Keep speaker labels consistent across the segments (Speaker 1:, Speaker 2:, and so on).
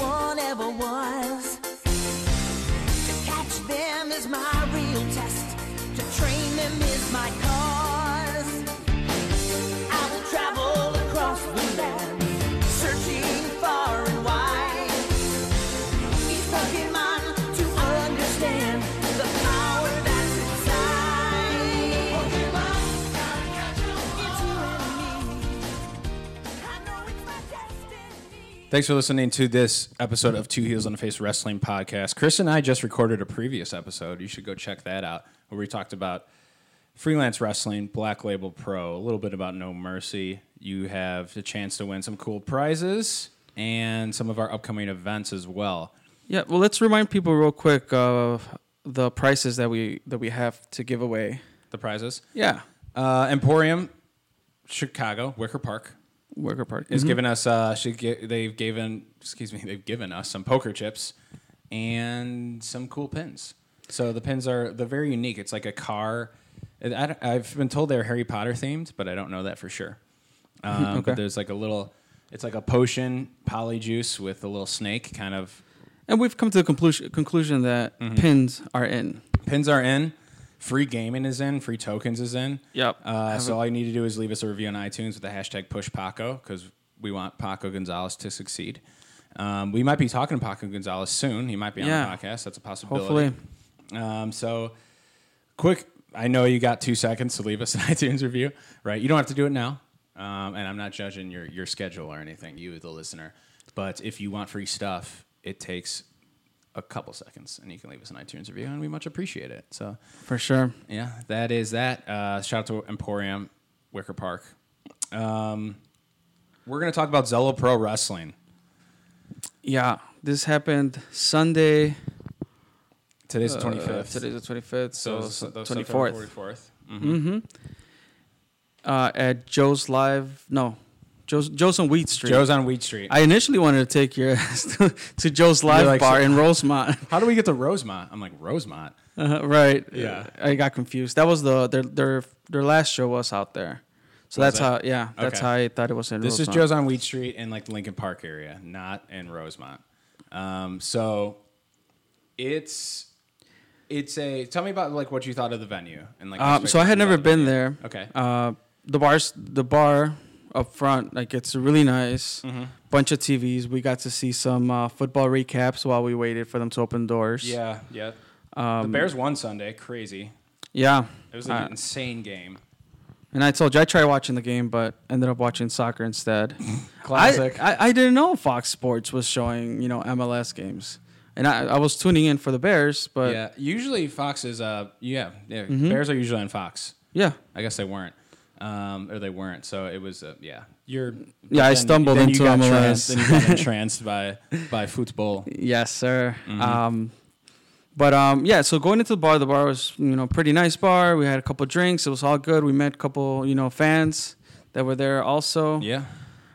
Speaker 1: ever was. To catch them is my real test. To train them is my cause. I will travel across the land, searching far and wide. Each Pokemon to understand the power that's inside. Pokemon, it's you and me. I know it's my destiny.
Speaker 2: Thanks for listening to this episode of Two Heels on the Face Wrestling Podcast. Chris and I just recorded a previous episode. You should go check that out, where we talked about freelance wrestling, Black Label Pro, a little bit about No Mercy. You have the chance to win some cool prizes and some of our upcoming events as well.
Speaker 3: Yeah, well, let's remind people real quick of the prices that we that we have to give away.
Speaker 2: The prizes?
Speaker 3: Yeah,
Speaker 2: Uh, Emporium, Chicago, Wicker Park.
Speaker 3: Worker Park
Speaker 2: is giving us uh she gi- they've given excuse me they've given us some poker chips and some cool pins so the pins are they're very unique it's like a car and I, don't- i've been told they're harry potter themed but i don't know that for sure um, but
Speaker 3: Okay.
Speaker 2: there's like a little it's like a potion polyjuice with a little snake kind of
Speaker 3: and we've come to the conclusion conclusion that
Speaker 2: Mm-hmm.
Speaker 3: pins are in.
Speaker 2: pins are in free gaming is in free tokens is in
Speaker 3: Yep.
Speaker 2: uh, so all you need to do is leave us a review on itunes with the hashtag push paco because we want paco gonzalez to succeed um, we might be talking to paco gonzalez soon he might be on
Speaker 3: Yeah.
Speaker 2: the podcast that's a possibility
Speaker 3: Hopefully,
Speaker 2: um, so quick i know you got two seconds to leave us an itunes review right you don't have to do it now um, and i'm not judging your, your schedule or anything you the listener but if you want free stuff it takes a couple seconds and you can leave us an itunes review and we much appreciate it so
Speaker 3: for sure.
Speaker 2: yeah, that is that. Uh, shout out to Emporium, Wicker Park. Um, we're going to talk about Zello Pro Wrestling
Speaker 3: Yeah, this happened Sunday.
Speaker 2: today's the
Speaker 3: uh,
Speaker 2: twenty fifth.
Speaker 3: today's the twenty fifth, so
Speaker 2: so
Speaker 3: twenty fourth.
Speaker 2: fourth.
Speaker 3: Uh, at Joe's Live, no, Joe's Joe's on Wheat Street.
Speaker 2: Joe's on Weed Street.
Speaker 3: I initially wanted to take your ass to, to Joe's Live
Speaker 2: like,
Speaker 3: Bar
Speaker 2: so-
Speaker 3: in Rosemont.
Speaker 2: How do we get to Rosemont? I'm like Rosemont.
Speaker 3: Uh, right.
Speaker 2: Yeah.
Speaker 3: I got confused. That was the their their their last show was out there. So that's
Speaker 2: that?
Speaker 3: how yeah, that's
Speaker 2: Okay.
Speaker 3: how I thought it was in
Speaker 2: This is
Speaker 3: Rosemont.
Speaker 2: Joe's on Weed Street in like the Lincoln Park area, not in Rosemont. Um, so it's it's a tell me about like what you thought of the venue and like
Speaker 3: Um, so I had never been there.
Speaker 2: Okay.
Speaker 3: Uh, the bars, the bar up front, like it's really nice.
Speaker 2: Mm-hmm.
Speaker 3: Bunch of TVs. We got to see some uh, football recaps while we waited for them to open doors.
Speaker 2: yeah yeah. the
Speaker 3: um,
Speaker 2: Bears won Sunday. Crazy.
Speaker 3: Yeah.
Speaker 2: It was like
Speaker 3: Uh,
Speaker 2: an insane game.
Speaker 3: and I told you I tried watching the game, but ended up watching soccer instead.
Speaker 2: Classic.
Speaker 3: I, I, I didn't know Fox Sports was showing you know MLS games, and I, I was tuning in for the Bears, but
Speaker 2: yeah, usually Fox is uh yeah, yeah
Speaker 3: Mm-hmm.
Speaker 2: Bears are usually on Fox.
Speaker 3: Yeah.
Speaker 2: I guess they weren't, um, or they weren't. So it was uh, yeah. You're
Speaker 3: Yeah, I
Speaker 2: then-
Speaker 3: stumbled
Speaker 2: then
Speaker 3: into
Speaker 2: you got
Speaker 3: MLS.
Speaker 2: Tran- then you got entranced by by football.
Speaker 3: Yes, sir.
Speaker 2: Mm-hmm.
Speaker 3: Um, but um, yeah, so going into the bar, the bar was you know pretty nice bar. We had a couple drinks. It was all good. We met a couple you know fans that were there also.
Speaker 2: Yeah,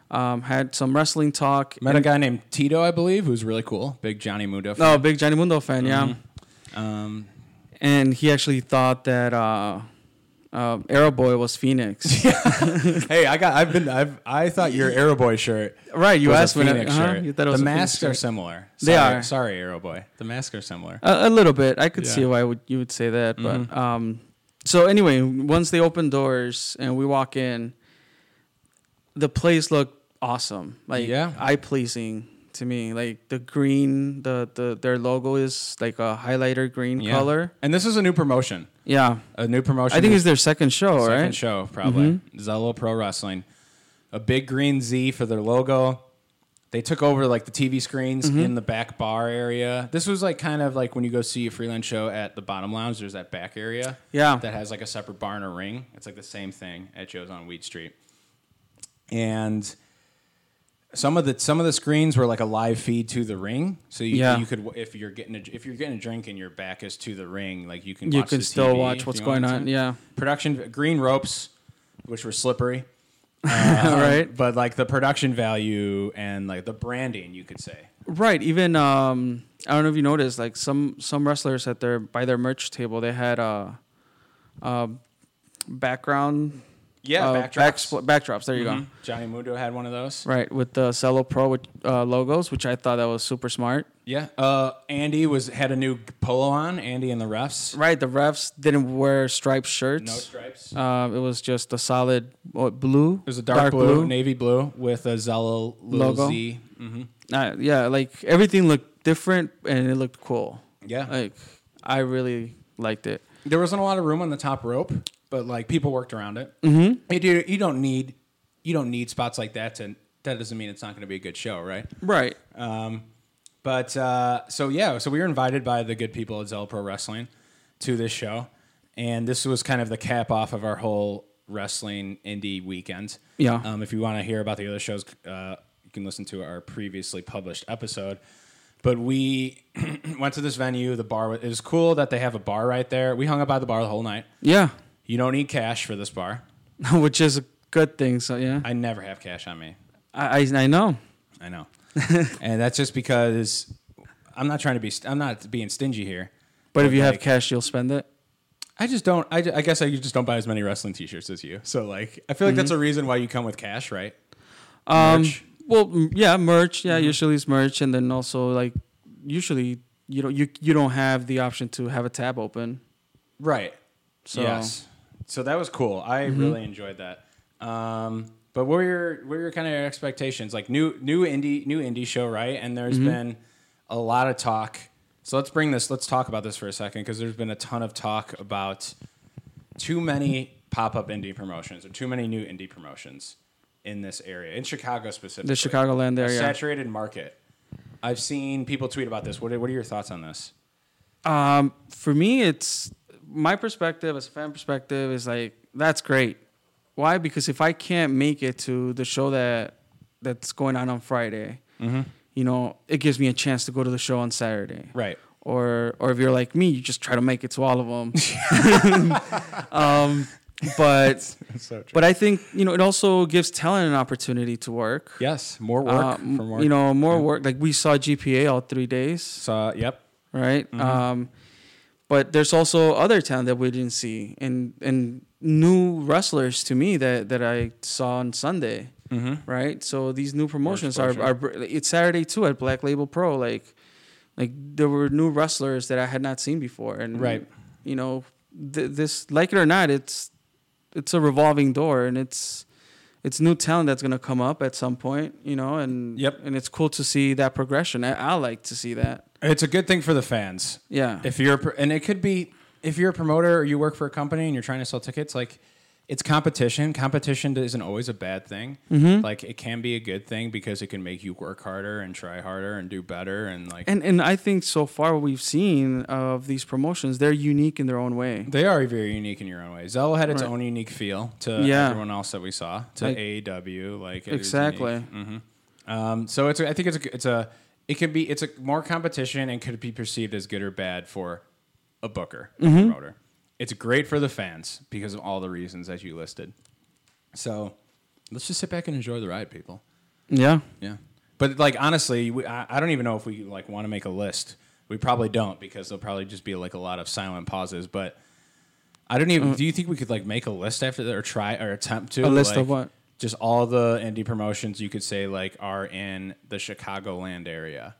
Speaker 3: Um, had some wrestling talk.
Speaker 2: met a guy named Tito, I believe, who's really cool. Big Johnny Mundo. fan.
Speaker 3: No, Oh, big Johnny Mundo fan. Yeah.
Speaker 2: Um,
Speaker 3: And he actually thought that uh, uh, Arrow Boy was Phoenix.
Speaker 2: hey, I got. I've been. I've. I thought your Arrowboy shirt.
Speaker 3: Right, you
Speaker 2: was a
Speaker 3: asked when I-
Speaker 2: Phoenix
Speaker 3: uh-huh,
Speaker 2: shirt.
Speaker 3: you thought it
Speaker 2: the
Speaker 3: was a Phoenix
Speaker 2: masks are
Speaker 3: shirt.
Speaker 2: similar.
Speaker 3: They
Speaker 2: sorry,
Speaker 3: are. Uh,
Speaker 2: Sorry, Arrowboy. The masks are similar.
Speaker 3: A, a little bit. I could
Speaker 2: Yeah. Mm-hmm.
Speaker 3: see why would you would say that, but um, so anyway, once they open doors and we walk in, the place looked awesome. Like
Speaker 2: Yeah.
Speaker 3: eye pleasing to me. Like the green, the the their logo is like a highlighter green
Speaker 2: Yeah.
Speaker 3: color.
Speaker 2: And this is a new promotion.
Speaker 3: Yeah,
Speaker 2: A new promotion.
Speaker 3: I think
Speaker 2: is-
Speaker 3: it's their second show,
Speaker 2: second
Speaker 3: right? Mm-hmm.
Speaker 2: show probably Zello Pro Wrestling. A big green Z for their logo. They took over like the TV screens
Speaker 3: Mm-hmm.
Speaker 2: in the back bar area. This was like kind of like when you go see a freelance show at the Bottom Lounge. There's that back area,
Speaker 3: Yeah.
Speaker 2: that has like a separate bar and a ring. It's like the same thing at Joe's on Weed Street, and some of the some of the screens were like a live feed to the ring. So you,
Speaker 3: Yeah.
Speaker 2: you could if you're getting a, if you're getting a drink and your back is to the ring, like you can
Speaker 3: You
Speaker 2: watch
Speaker 3: can
Speaker 2: the
Speaker 3: still
Speaker 2: TV
Speaker 3: watch
Speaker 2: if
Speaker 3: what's
Speaker 2: you want
Speaker 3: going
Speaker 2: to.
Speaker 3: on. Yeah,
Speaker 2: Production green ropes, which were slippery, Um,
Speaker 3: all right,
Speaker 2: but like the production value and like the branding, you could say.
Speaker 3: right. Even um, I don't know if you noticed, like some some wrestlers at their by their merch table, they had a, a uh, background
Speaker 2: Yeah,
Speaker 3: uh,
Speaker 2: backdrops. Mm-hmm.
Speaker 3: backspl- backdrops. There you go.
Speaker 2: Johnny Mundo had one of those.
Speaker 3: Right with the Cello Pro with, uh, logos, which I thought that was super smart.
Speaker 2: Yeah. Uh, Andy was had a new polo on. Andy and the refs.
Speaker 3: Right, the refs didn't wear striped shirts.
Speaker 2: No stripes.
Speaker 3: Um, it was just a solid uh, blue. It
Speaker 2: There's a dark, blue, navy blue with a Zello little
Speaker 3: Logo.
Speaker 2: Z. Mm-hmm.
Speaker 3: uh, yeah, like everything looked different and it looked cool.
Speaker 2: Yeah.
Speaker 3: like I really liked it.
Speaker 2: There wasn't a lot of room on the top rope, but like people worked around it. Mm-hmm. You, do, you don't need you don't need spots like that to. That doesn't mean it's not going to be a good show, right?
Speaker 3: Right,
Speaker 2: But uh, so yeah, so we were invited by the good people at Zell Pro Wrestling to this show, and this was kind of the cap off of our whole wrestling indie weekend.
Speaker 3: Yeah.
Speaker 2: Um, if you want to hear about the other shows, uh, you can listen to our previously published episode. But we went to this venue. The bar was, it was cool that they have a bar right there. We hung out by the bar the whole night.
Speaker 3: yeah,
Speaker 2: You don't need cash for this bar.
Speaker 3: which is a good thing. So yeah,
Speaker 2: I never have cash on me.
Speaker 3: I I, I know.
Speaker 2: I know, and that's just because I'm not trying to be. St- I'm not being stingy here.
Speaker 3: But if you have
Speaker 2: like-
Speaker 3: cash, you'll spend it.
Speaker 2: I just don't. I, ju- I guess I just don't buy as many wrestling T-shirts as you. So like, I feel like that's a reason why you come with cash, right?
Speaker 3: Um,
Speaker 2: Merch.
Speaker 3: well, m- yeah, merch. Yeah, usually it's merch, and then also like usually you don't you you don't have the option to have a tab open.
Speaker 2: Right. So.
Speaker 3: So-
Speaker 2: Yes. So that was cool. I really enjoyed that. Um, but what were your what were your kind of expectations? Like new new indie new indie show, right? And there's been a lot of talk. So let's bring this. Let's talk about this for a second because there's been a ton of talk about too many pop up indie promotions or too many new indie promotions in this area in Chicago specifically.
Speaker 3: Chicagoland
Speaker 2: A
Speaker 3: area.
Speaker 2: saturated market. I've seen people tweet about this. What are, what are your thoughts on this?
Speaker 3: Um, for me, it's my perspective as a fan perspective is like that's great. Why? Because if I can't make it to the show that that's going on on Friday, you know, it gives me a chance to go to the show on Saturday,
Speaker 2: Right.
Speaker 3: Or or if you're like me, you just try to make it to all of them. um, but
Speaker 2: So true.
Speaker 3: but I think you know it also gives talent an opportunity to work.
Speaker 2: Yes, more work
Speaker 3: Uh,
Speaker 2: for more.
Speaker 3: you know, more work. Like we saw GPA all three days
Speaker 2: So yep.
Speaker 3: right?
Speaker 2: Mm-hmm.
Speaker 3: Um, but there's also other talent that we didn't see, and and new wrestlers to me that that I saw on Sunday,
Speaker 2: Mm-hmm.
Speaker 3: right? So these new promotions are, are br- it's Saturday too at Black Label Pro, like like there were new wrestlers that I had not seen before, and
Speaker 2: Right.
Speaker 3: you know, th- this like it or not, it's it's a revolving door, and it's. It's new talent that's gonna come up at some point, you know, and
Speaker 2: Yep.
Speaker 3: and it's cool to see that progression. I, I like to see that.
Speaker 2: It's a good thing for the fans.
Speaker 3: Yeah.
Speaker 2: If you're a pr- and it could be if you're a promoter or you work for a company and you're trying to sell tickets, like it's competition. Competition isn't always a bad thing.
Speaker 3: Mm-hmm.
Speaker 2: Like it can be a good thing because it can make you work harder and try harder and do better and like
Speaker 3: And and I think so far what we've seen of these promotions, they're unique in their own way.
Speaker 2: they are very unique in your own way. Zello had its
Speaker 3: Right.
Speaker 2: own unique feel to
Speaker 3: Yeah.
Speaker 2: everyone else that we saw to
Speaker 3: Like-
Speaker 2: AEW. Like it was
Speaker 3: Exactly.
Speaker 2: unique. Mm. Um, so it's a, I think it's a, it's a it can be it's a more competition and could be perceived as good or bad for a booker a promoter. It's great for the fans because of all the reasons that you listed. So let's just sit back and enjoy the ride, people.
Speaker 3: Yeah.
Speaker 2: Yeah, but like honestly, we, I, I don't even know if we like want to make a list. We probably don't because there'll probably just be like a lot of silent pauses. But I don't even. do you think we could like make a list after that, or try or attempt to
Speaker 3: Mm. A list of
Speaker 2: like,
Speaker 3: what?
Speaker 2: Just all the indie promotions you could say like are in the Chicagoland area.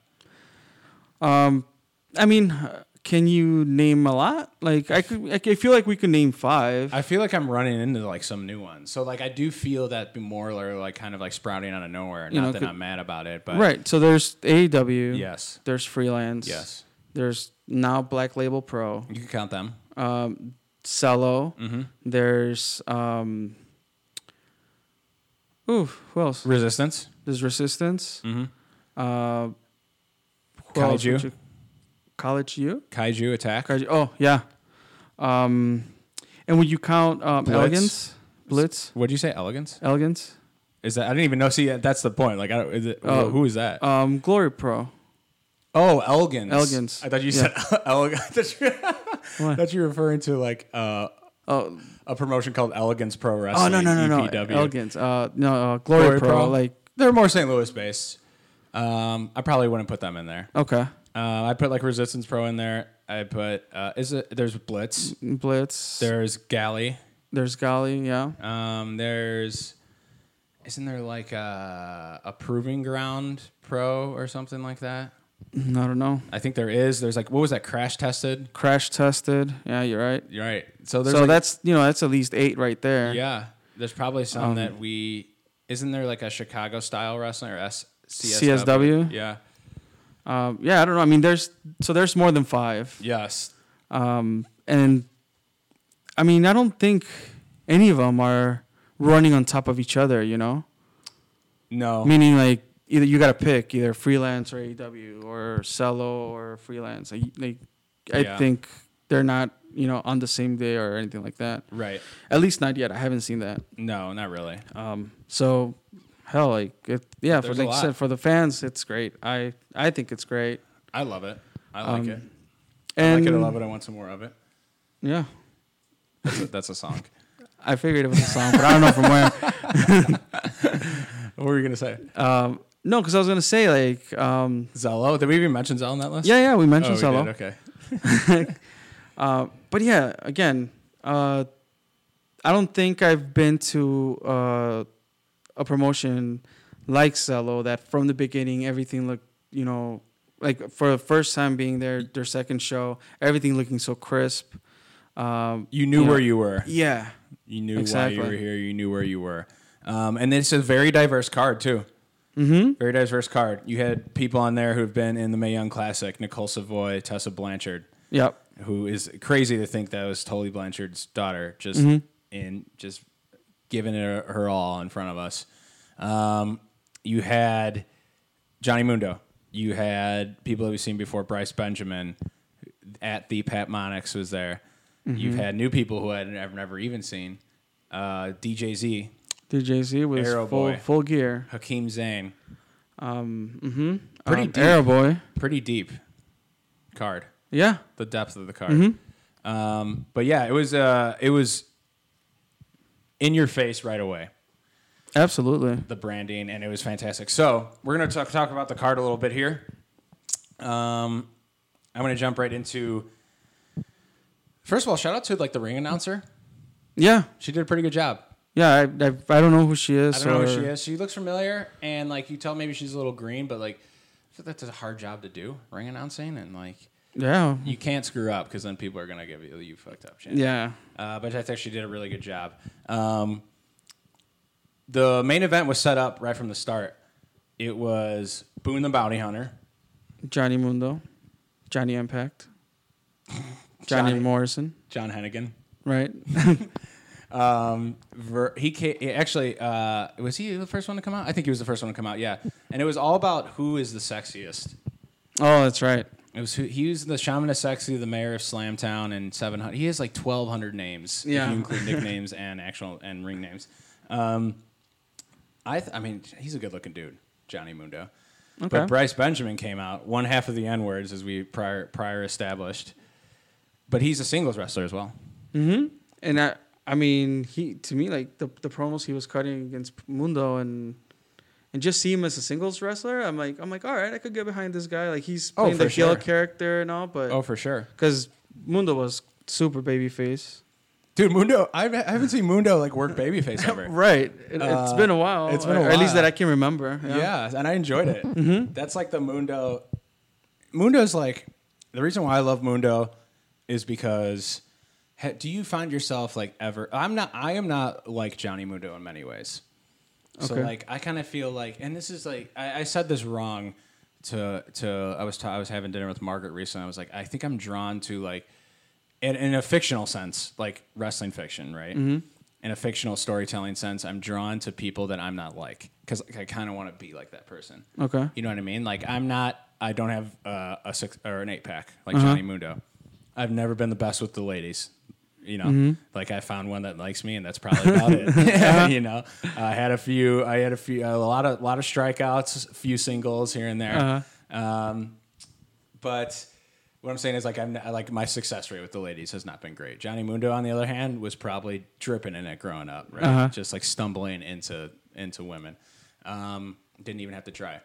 Speaker 3: I mean, uh, can you name a lot? Like I could I c- I feel like we could name 5.
Speaker 2: I feel like I'm running into like some new ones. So like I do feel that more are like kind of like sprouting out of nowhere.
Speaker 3: You
Speaker 2: Not
Speaker 3: know,
Speaker 2: that
Speaker 3: could-
Speaker 2: I'm mad about it, but
Speaker 3: right. So there's AEW.
Speaker 2: Yes.
Speaker 3: There's freelance.
Speaker 2: Yes.
Speaker 3: There's now Black Label Pro,
Speaker 2: you can count them.
Speaker 3: um Cello.
Speaker 2: Mm-hmm.
Speaker 3: There's um Ooh, who else?
Speaker 2: Resistance.
Speaker 3: There's Resistance. Mm-hmm. Uh, who else
Speaker 2: Kaiju.
Speaker 3: would you- College U.
Speaker 2: Kaiju Attack.
Speaker 3: Kaiju- Oh yeah. Um, and would you count um,
Speaker 2: Blitz.
Speaker 3: elegance, blitz,
Speaker 2: What'd you say? Elegance.
Speaker 3: elegance,
Speaker 2: Is that I didn't even know. See, that's the point. Like, I don't, is it,
Speaker 3: Oh.
Speaker 2: who is that?
Speaker 3: um, glory pro?
Speaker 2: oh, Elgins.
Speaker 3: Elgins.
Speaker 2: I thought you
Speaker 3: Yeah.
Speaker 2: said Elgins. I thought you- I
Speaker 3: What?
Speaker 2: thought you were referring to like uh,
Speaker 3: Oh,
Speaker 2: a promotion called Elegance Pro Wrestling. E
Speaker 3: oh no no no no
Speaker 2: EPW.
Speaker 3: elegance. Uh, no uh, glory,
Speaker 2: Glory
Speaker 3: pro,
Speaker 2: Pro?
Speaker 3: Like
Speaker 2: They're more St. Louis based. Um, I probably wouldn't put them in there.
Speaker 3: okay,
Speaker 2: Uh, I put like Resistance Pro in there. I put uh, is it there's Blitz.
Speaker 3: blitz.
Speaker 2: There's Galley.
Speaker 3: There's Golly, yeah.
Speaker 2: Um, there's isn't there like a, a proving ground pro or something like that?
Speaker 3: I don't know.
Speaker 2: I think there is. There's like what was that crash tested?
Speaker 3: Crash tested. Yeah, you're right.
Speaker 2: You're right. So there's
Speaker 3: So
Speaker 2: like-
Speaker 3: that's you know that's at least eight right there.
Speaker 2: yeah. There's probably some
Speaker 3: Um,
Speaker 2: that we isn't there like a Chicago style wrestling or S-
Speaker 3: CSW?
Speaker 2: Yeah.
Speaker 3: Um, yeah, I don't know. I mean, there's so there's more than five.
Speaker 2: Yes.
Speaker 3: Um, and I mean, I don't think any of them are running on top of each other. You know,
Speaker 2: No.
Speaker 3: meaning like either you got to pick either freelance or AEW or Cello or freelance. Like, like, I
Speaker 2: Yeah.
Speaker 3: think they're not you know on the same day or anything like that.
Speaker 2: right.
Speaker 3: At least not yet. I haven't seen that.
Speaker 2: No, not really.
Speaker 3: Um, so hell, like it, yeah, for
Speaker 2: There's a
Speaker 3: like you
Speaker 2: lot.
Speaker 3: said, for the fans, it's great. I I think it's great.
Speaker 2: I love it. I like
Speaker 3: Um,
Speaker 2: it. I
Speaker 3: And
Speaker 2: like it. I love it. I want some more of it.
Speaker 3: yeah,
Speaker 2: That's a, that's a song.
Speaker 3: I figured it was a song, but I don't know from where.
Speaker 2: what were you gonna say?
Speaker 3: Um, no, because I was gonna say like, um,
Speaker 2: Zello? Did we even mention Zello on that list?
Speaker 3: yeah, yeah, we
Speaker 2: Oh,
Speaker 3: mentioned
Speaker 2: we
Speaker 3: Solo,
Speaker 2: did. Okay.
Speaker 3: uh, but yeah, again, uh, I don't think I've been to uh, a promotion like Cello that from the beginning everything looked, you know, like for the first time being there, their second show, everything looking so crisp. Um,
Speaker 2: You knew
Speaker 3: Yeah.
Speaker 2: where you were.
Speaker 3: yeah,
Speaker 2: You knew why you
Speaker 3: Exactly.
Speaker 2: were here. You knew where you were. Um, and it's a very diverse card too. Mm-hmm. Very diverse card. You had people on there who've been in the May Young Classic: Nicole Savoy, Tessa Blanchard,
Speaker 3: yep.
Speaker 2: who is crazy to think that was Tully Blanchard's daughter, just in just giving it her, her all in front of us. Um, you had Johnny Mundo. You had people that we've seen before, Bryce Benjamin at the Pat Monix was there. You've had new people who I'd- I've never even seen. Uh, DJ Z,
Speaker 3: DJ Z was
Speaker 2: Arrow
Speaker 3: full
Speaker 2: Boy.
Speaker 3: full gear.
Speaker 2: Hakeem Zayn.
Speaker 3: Pretty Arrow Um, boy.
Speaker 2: Pretty deep card.
Speaker 3: Yeah.
Speaker 2: the depth of the card. Um, but yeah, it was uh, it was in your face right away
Speaker 3: Absolutely.
Speaker 2: the branding, and it was fantastic. So we're gonna talk talk about the card a little bit here. Um, I'm gonna jump right into. First of all, shout out to like the ring announcer.
Speaker 3: Yeah.
Speaker 2: She did a pretty good job.
Speaker 3: Yeah. I, I, I don't know who she is.
Speaker 2: I don't know who
Speaker 3: or-
Speaker 2: she is. She looks familiar, and like you tell, maybe she's a little green, but like I feel that's a hard job to do, ring announcing, and like
Speaker 3: Yeah.
Speaker 2: you can't screw up because then people are gonna give you you fucked up. Chance.
Speaker 3: Yeah.
Speaker 2: uh, but I think she did a really good job. Um, the main event was set up right from the start. It was Boone the Bounty Hunter,
Speaker 3: Johnny Mundo. Johnny Impact. Johnny,
Speaker 2: Johnny-
Speaker 3: Morrison.
Speaker 2: John Hennigan.
Speaker 3: Right.
Speaker 2: Ver- he ca- he actually uh, was he the first one to come out? I think he was the first one to come out. Yeah, and it was all about who is the sexiest.
Speaker 3: oh, that's right.
Speaker 2: It was who, he was the shaman of sexy, the mayor of Slamtown, and seven hundred. He has like twelve hundred names.
Speaker 3: Yeah.
Speaker 2: if you include nicknames and actual and ring names. Um, I th- I mean he's a good looking dude, Johnny Mundo.
Speaker 3: Okay.
Speaker 2: But Bryce Benjamin came out one half of the N words as we prior prior established, but he's a singles wrestler as well.
Speaker 3: And I I mean he to me like the the promos he was cutting against Mundo and. And just see him as a singles wrestler, I'm like, I'm like, all right, I could get behind this guy. Like he's
Speaker 2: Oh,
Speaker 3: playing the
Speaker 2: for
Speaker 3: heel
Speaker 2: sure.
Speaker 3: character and all, but
Speaker 2: Oh, for sure,
Speaker 3: because Mundo was super babyface.
Speaker 2: dude. Mundo, I've, I haven't seen Mundo like work babyface ever.
Speaker 3: Right. It, it's
Speaker 2: Uh,
Speaker 3: been a while.
Speaker 2: it's been a
Speaker 3: or At least
Speaker 2: while.
Speaker 3: that I can remember.
Speaker 2: Yeah, and I enjoyed it. That's like the Mundo. Mundo's like the reason why I love Mundo is because ha, do you find yourself like ever? I'm not. I am not like Johnny Mundo in many ways. So
Speaker 3: Okay.
Speaker 2: like I kind of feel like, and this is like I, I said this wrong to to I was ta- I was having dinner with Margaret recently. I was like I think I'm drawn to like in, in a fictional sense, like wrestling fiction, right? In a fictional storytelling sense, I'm drawn to people that I'm not like because I kind of want to be like that person.
Speaker 3: Okay.
Speaker 2: you know what I mean? Like I'm not. I don't have uh, a six or an eight pack like Johnny Mundo. I've never been the best with the ladies. You know, like I found one that likes me, and that's probably about it. you know, I had a few. I had a few. A lot of lot of strikeouts, a few singles here and there. Um, but what I'm saying is like I'm I- like my success rate with the ladies has not been great. Johnny Mundo, on the other hand, was probably dripping in it growing up, right? Just like stumbling into into women. Um, didn't even have to try.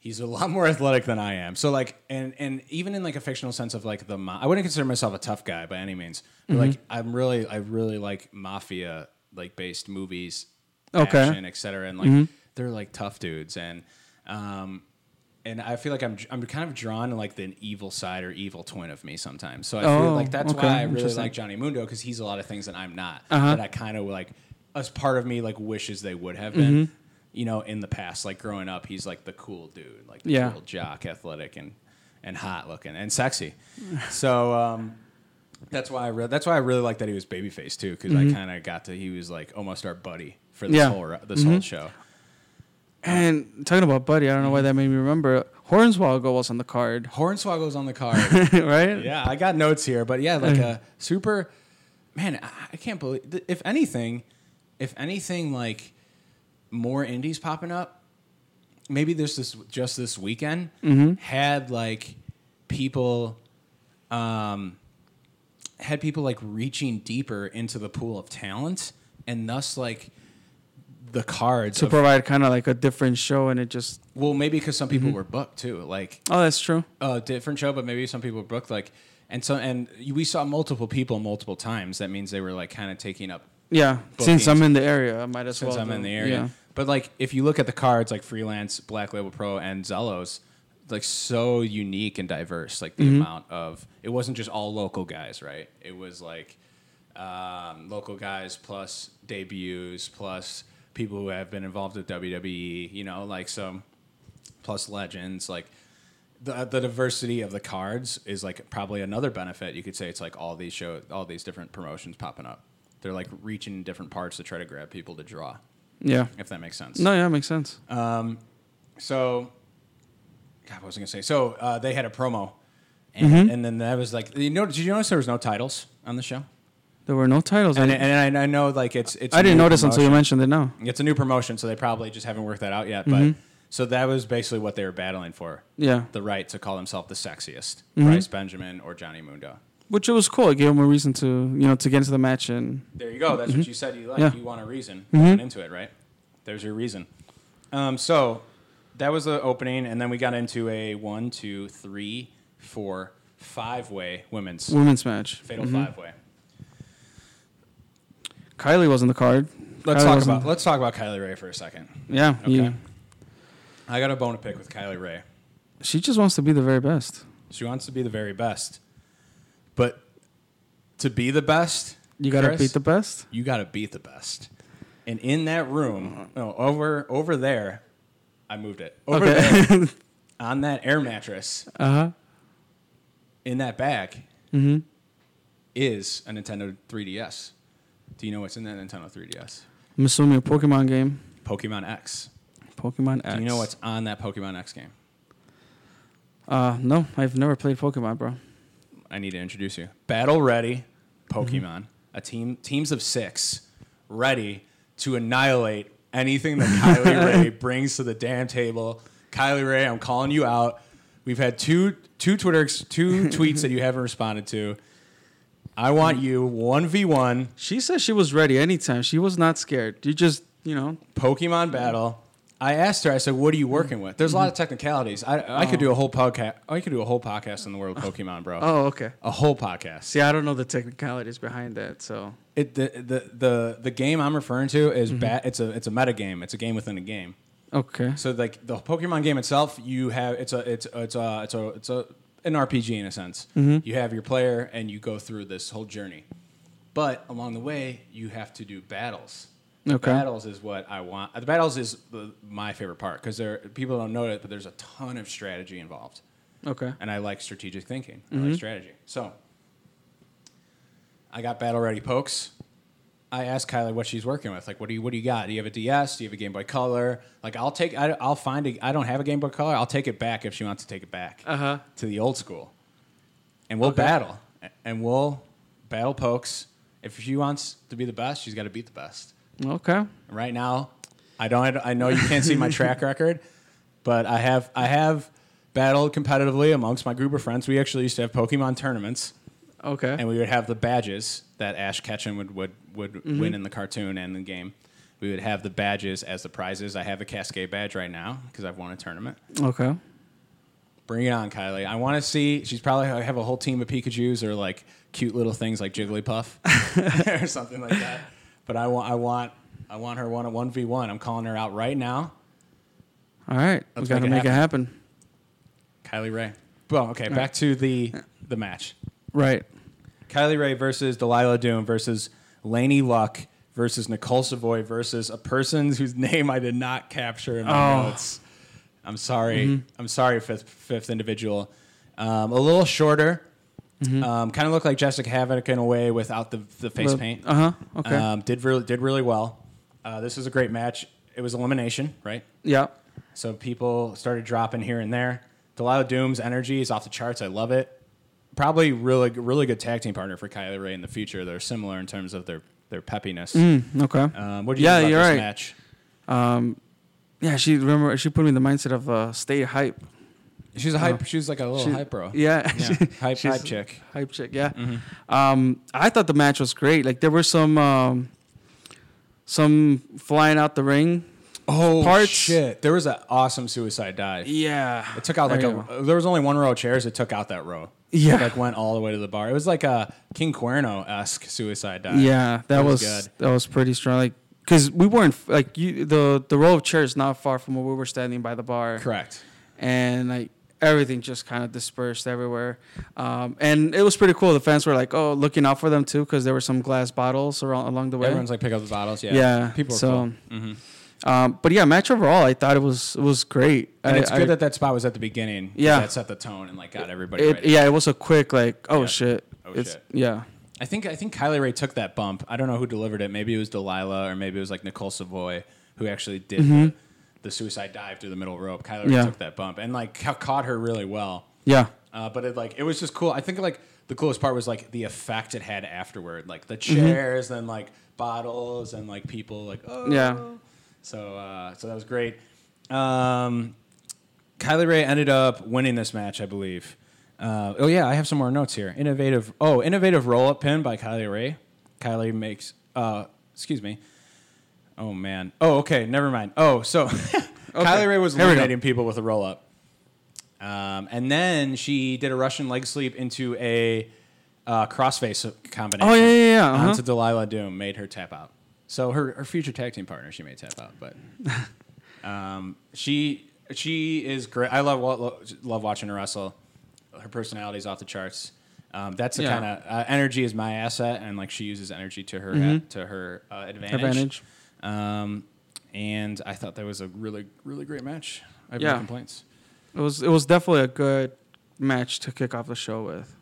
Speaker 2: he's a lot more athletic than I am. So like, and and even in like a fictional sense of like the, ma- I wouldn't consider myself a tough guy by any means. But Like I'm really, I really like mafia like based movies,
Speaker 3: Okay.
Speaker 2: action, et cetera, and like they're like tough dudes and. um and I feel like I'm I'm kind of drawn to like the evil side or evil twin of me sometimes. So I feel
Speaker 3: Oh,
Speaker 2: like that's
Speaker 3: okay,
Speaker 2: why I really
Speaker 3: interesting. Uh-huh.
Speaker 2: like Johnny Mundo because he's a lot of things that I'm not. That I kind of like as part of me like wishes they would have been.
Speaker 3: Mm-hmm.
Speaker 2: You know, in the past, like growing up, he's like the cool dude, like the
Speaker 3: Yeah.
Speaker 2: cool jock, athletic and and hot looking and sexy. so um, that's why I re- that's why I really like that he was babyface too because I kind of got to he was like almost our buddy for this
Speaker 3: Mm-hmm. Yeah. Mm-hmm.
Speaker 2: whole re- this whole show.
Speaker 3: And talking about Buddy, I don't know why that made me remember. Hornswoggle was on the card,
Speaker 2: Hornswoggle's on the card.
Speaker 3: right?
Speaker 2: Yeah, I got notes here, but yeah, like a super man. I, I can't believe. th- If anything, if anything, like more indies popping up. Maybe this is just this weekend had like people, um, had people like reaching deeper into the pool of talent, and thus like the cards.
Speaker 3: To
Speaker 2: of-
Speaker 3: provide kind of like a different show, and it just
Speaker 2: well, maybe because some people were booked too, like
Speaker 3: oh, that's true.
Speaker 2: a different show, but maybe some people booked like, and so and we saw multiple people multiple times. That means they were like kind of taking up
Speaker 3: Yeah,
Speaker 2: Bookings.
Speaker 3: since I'm in the area, I might as
Speaker 2: since
Speaker 3: well.
Speaker 2: I'm
Speaker 3: do-
Speaker 2: in the area.
Speaker 3: yeah.
Speaker 2: But like, if you look at the cards, like freelance, Black Label Pro, and Zellos, like so unique and diverse. Like the
Speaker 3: Mm-hmm.
Speaker 2: amount of it wasn't just all local guys, right? It was like um, local guys plus debuts plus people who have been involved with WWE. You know, like so plus legends like. The, the diversity of the cards is like probably another benefit. You could say it's like all these show, all these different promotions popping up. They're like reaching different parts to try to grab people to draw
Speaker 3: Yeah.
Speaker 2: if that makes sense.
Speaker 3: No, yeah, makes sense.
Speaker 2: Uh, So, God, what was I gonna say? So uh, they had a promo, and,
Speaker 3: Mm-hmm.
Speaker 2: and then that was like, you know, did you notice there was no titles on the show?
Speaker 3: there were no titles.
Speaker 2: And,
Speaker 3: I,
Speaker 2: and I, I know like it's it's.
Speaker 3: I
Speaker 2: a
Speaker 3: didn't
Speaker 2: new
Speaker 3: notice until you
Speaker 2: promotion.
Speaker 3: mentioned it now.
Speaker 2: It's a new promotion, so they probably just haven't worked that out yet. But so that was basically what they were battling for.
Speaker 3: Mm-hmm. Yeah. Mm-hmm.
Speaker 2: the right to call themselves the sexiest, Bryce Benjamin or Johnny Mundo.
Speaker 3: Which it was cool. It gave him a reason to, you know, to get into the match and
Speaker 2: There you go. That's what you said you like.
Speaker 3: Mm-hmm. Yeah. Mm-hmm.
Speaker 2: You want a reason. You went into it, right? There's your reason. Um, so that was the opening, and then we got into a one, two, three, four, five way women's
Speaker 3: women's match.
Speaker 2: fatal five way.
Speaker 3: Kylie was on the card.
Speaker 2: Let's
Speaker 3: Kylie
Speaker 2: talk
Speaker 3: was on-
Speaker 2: about let's talk about Kylie Ray for a second.
Speaker 3: Yeah.
Speaker 2: Okay.
Speaker 3: you-
Speaker 2: I got a bone to pick with Kylie Ray.
Speaker 3: she just wants to be the very best.
Speaker 2: She wants to be the very best, but to be the best,
Speaker 3: You got to
Speaker 2: Chris,
Speaker 3: beat the best.
Speaker 2: you got to beat the best. And in that room, no, over over there, I moved it. Over
Speaker 3: Okay.
Speaker 2: there, on that air mattress,
Speaker 3: Uh huh.
Speaker 2: in that bag, is a Nintendo 3DS. Do you know what's in that Nintendo 3DS?
Speaker 3: I'm assuming a Pokemon game.
Speaker 2: Pokemon X.
Speaker 3: Pokemon X.
Speaker 2: Do you know what's on that Pokemon X game?
Speaker 3: Uh, no, I've never played Pokemon, bro.
Speaker 2: I need to introduce you. Battle ready Pokemon, a team teams of six ready to annihilate anything that Kylie Ray brings to the damn table. Kylie Ray, I'm calling you out. We've had two two Twitter ex- two tweets that you haven't responded to. I want you 1v1
Speaker 3: She said she was ready anytime. She was not scared. You just, you know,
Speaker 2: Pokemon battle. I asked her. I said, "What are you working with?" There's a lot of technicalities. I, I could do a whole podcast. I could do a whole podcast in the world of Pokemon, bro.
Speaker 3: oh, okay.
Speaker 2: A whole podcast.
Speaker 3: See, I don't know the technicalities behind that, so
Speaker 2: It, the, the the the game I'm referring to is bat. It's a it's a meta game. It's a game within a game.
Speaker 3: okay.
Speaker 2: So like the Pokemon game itself, you have it's a it's it's a it's a it's a an RPG in a sense. You have your player and you go through this whole journey, but along the way you have to do battles. The
Speaker 3: Okay.
Speaker 2: Battles is what I want. The battles is the, my favorite part because there people don't know it, but there's a ton of strategy involved
Speaker 3: Okay.
Speaker 2: and I like strategic thinking. I like strategy. So I got battle ready pokes. I asked Kyler what she's working with. Like, what do you what do you got? Do you have a DS? Do you have a Game Boy Color? Like, I'll take. I, I'll find. A, I don't have a Game Boy Color. I'll take it back if she wants to take it back
Speaker 3: Uh-huh.
Speaker 2: to the old school, and we'll battle and we'll battle pokes. If she wants to be the best, she's got to beat the best.
Speaker 3: Okay.
Speaker 2: Right now, I don't. I know you can't see my track record, but I have. I have battled competitively amongst my group of friends. We actually used to have Pokemon tournaments,
Speaker 3: Okay.
Speaker 2: and we would have the badges that Ash Ketchum would would would win in the cartoon and the game. we would have the badges as the prizes. I have a Cascade badge right now because I've won a tournament.
Speaker 3: Okay.
Speaker 2: Bring it on, Kylie. I want to see. She's probably I have a whole team of Pikachu's or like cute little things like Jigglypuff or something like that. But I want, I want, I want her one at one v one. I'm calling her out right now,
Speaker 3: All right.
Speaker 2: Let's
Speaker 3: we got to
Speaker 2: make
Speaker 3: make
Speaker 2: it
Speaker 3: it happen.
Speaker 2: Kylie Ray. Well, okay, back to the the match.
Speaker 3: Right.
Speaker 2: Kylie Ray versus Delilah Doom versus Laney Luck versus Nicole Savoy versus a person whose name I did not capture in my
Speaker 3: Oh. Mm-hmm.
Speaker 2: notes. I'm sorry. I'm sorry, fifth, fifth individual. Um, a little shorter. Um, kind of looked like Jessica Havoc in a way without the, the face
Speaker 3: Mm-hmm. The-
Speaker 2: paint.
Speaker 3: uh-huh, okay.
Speaker 2: Um, did, really, did really well. Uh, this was a great match. It was elimination, right?
Speaker 3: Yeah.
Speaker 2: So people started dropping here and there. Delilah Doom's energy is off the charts. I love it. Probably really really good tag team partner for Kylie Ray in the future. They're similar in terms of their their peppiness.
Speaker 3: Okay.
Speaker 2: Um, what do you
Speaker 3: Mm. Yeah,
Speaker 2: think about
Speaker 3: you're
Speaker 2: this
Speaker 3: right.
Speaker 2: match?
Speaker 3: yeah. She remember she put me in the mindset of uh, stay hype.
Speaker 2: She's a hype. she's like a little
Speaker 3: Oh. She-
Speaker 2: Oh, hype bro.
Speaker 3: Yeah,
Speaker 2: yeah. Mm-hmm. hype
Speaker 3: She's-
Speaker 2: hype chick.
Speaker 3: Hype chick. Yeah. Um, I thought the match was great. Like there were some um, some flying out the ring.
Speaker 2: Oh
Speaker 3: Parts-
Speaker 2: shit! There was an awesome suicide dive.
Speaker 3: Yeah.
Speaker 2: It took out like
Speaker 3: There
Speaker 2: a.
Speaker 3: you go.
Speaker 2: There was only one row of chairs. It took out that row.
Speaker 3: Yeah.
Speaker 2: like went all the way to the bar. It was like a King Cuerno esque suicide dive.
Speaker 3: Yeah, that
Speaker 2: It
Speaker 3: was, that was pretty strong. Like because we weren't like you the the row of chairs not far from where we were standing by the bar.
Speaker 2: correct.
Speaker 3: and like everything just kind of dispersed everywhere. Um, and it was pretty cool. The fans were like, "Oh, looking out for them too," because there were some glass bottles around along the way.
Speaker 2: Everyone's like pick up the bottles. Yeah,
Speaker 3: yeah,
Speaker 2: People are
Speaker 3: so.
Speaker 2: cool.
Speaker 3: Um, but yeah, match overall, I thought it was it was great.
Speaker 2: And
Speaker 3: I-
Speaker 2: it's good
Speaker 3: I-
Speaker 2: that that spot was at the beginning. 'cause
Speaker 3: Yeah.
Speaker 2: that set the tone and like got everybody
Speaker 3: it,
Speaker 2: ready.
Speaker 3: yeah, it was a quick like, oh
Speaker 2: Yeah.
Speaker 3: shit,
Speaker 2: Oh,
Speaker 3: it's
Speaker 2: shit.
Speaker 3: yeah,
Speaker 2: I think I think Kylie Ray took that bump. I don't know who delivered it. Maybe it was Delilah or maybe it was like Nicole Savoy who actually did the, the suicide dive through the middle rope. Kylie Ray
Speaker 3: Mm-hmm. Yeah.
Speaker 2: took that bump and like ca- caught her really well.
Speaker 3: yeah,
Speaker 2: Uh, but it like it was just cool. I think like the coolest part was like the effect it had afterward, like the
Speaker 3: Mm-hmm.
Speaker 2: chairs and like bottles and like people like oh
Speaker 3: Yeah.
Speaker 2: So uh, so that was great. Um, Kylie Ray ended up winning this match, I believe. Uh, oh yeah, I have some more notes here. Innovative oh innovative roll up pin by Kylie Ray. Kylie makes uh, excuse me. Oh man. Oh okay, never mind. Oh so Kylie Ray was
Speaker 3: Here we go.
Speaker 2: eliminating people with a roll up. Um, and then she did a Russian leg sweep into a uh, crossface combination.
Speaker 3: Oh, yeah, yeah, yeah, uh-huh.
Speaker 2: Onto Delilah Doom, made her tap out. So her, her future tag team partner, she may tap out, but um, she she is great. I love wa- lo- love watching her wrestle. Her personality is off the charts. Um, that's the
Speaker 3: Yeah.
Speaker 2: kind of uh, energy is my asset, and like she uses energy to her to her uh, advantage.
Speaker 3: Mm-hmm. advantage.
Speaker 2: Um, and I thought that was a really really great match. I have no
Speaker 3: Yeah.
Speaker 2: complaints.
Speaker 3: It was it was definitely a good match to kick off the show with.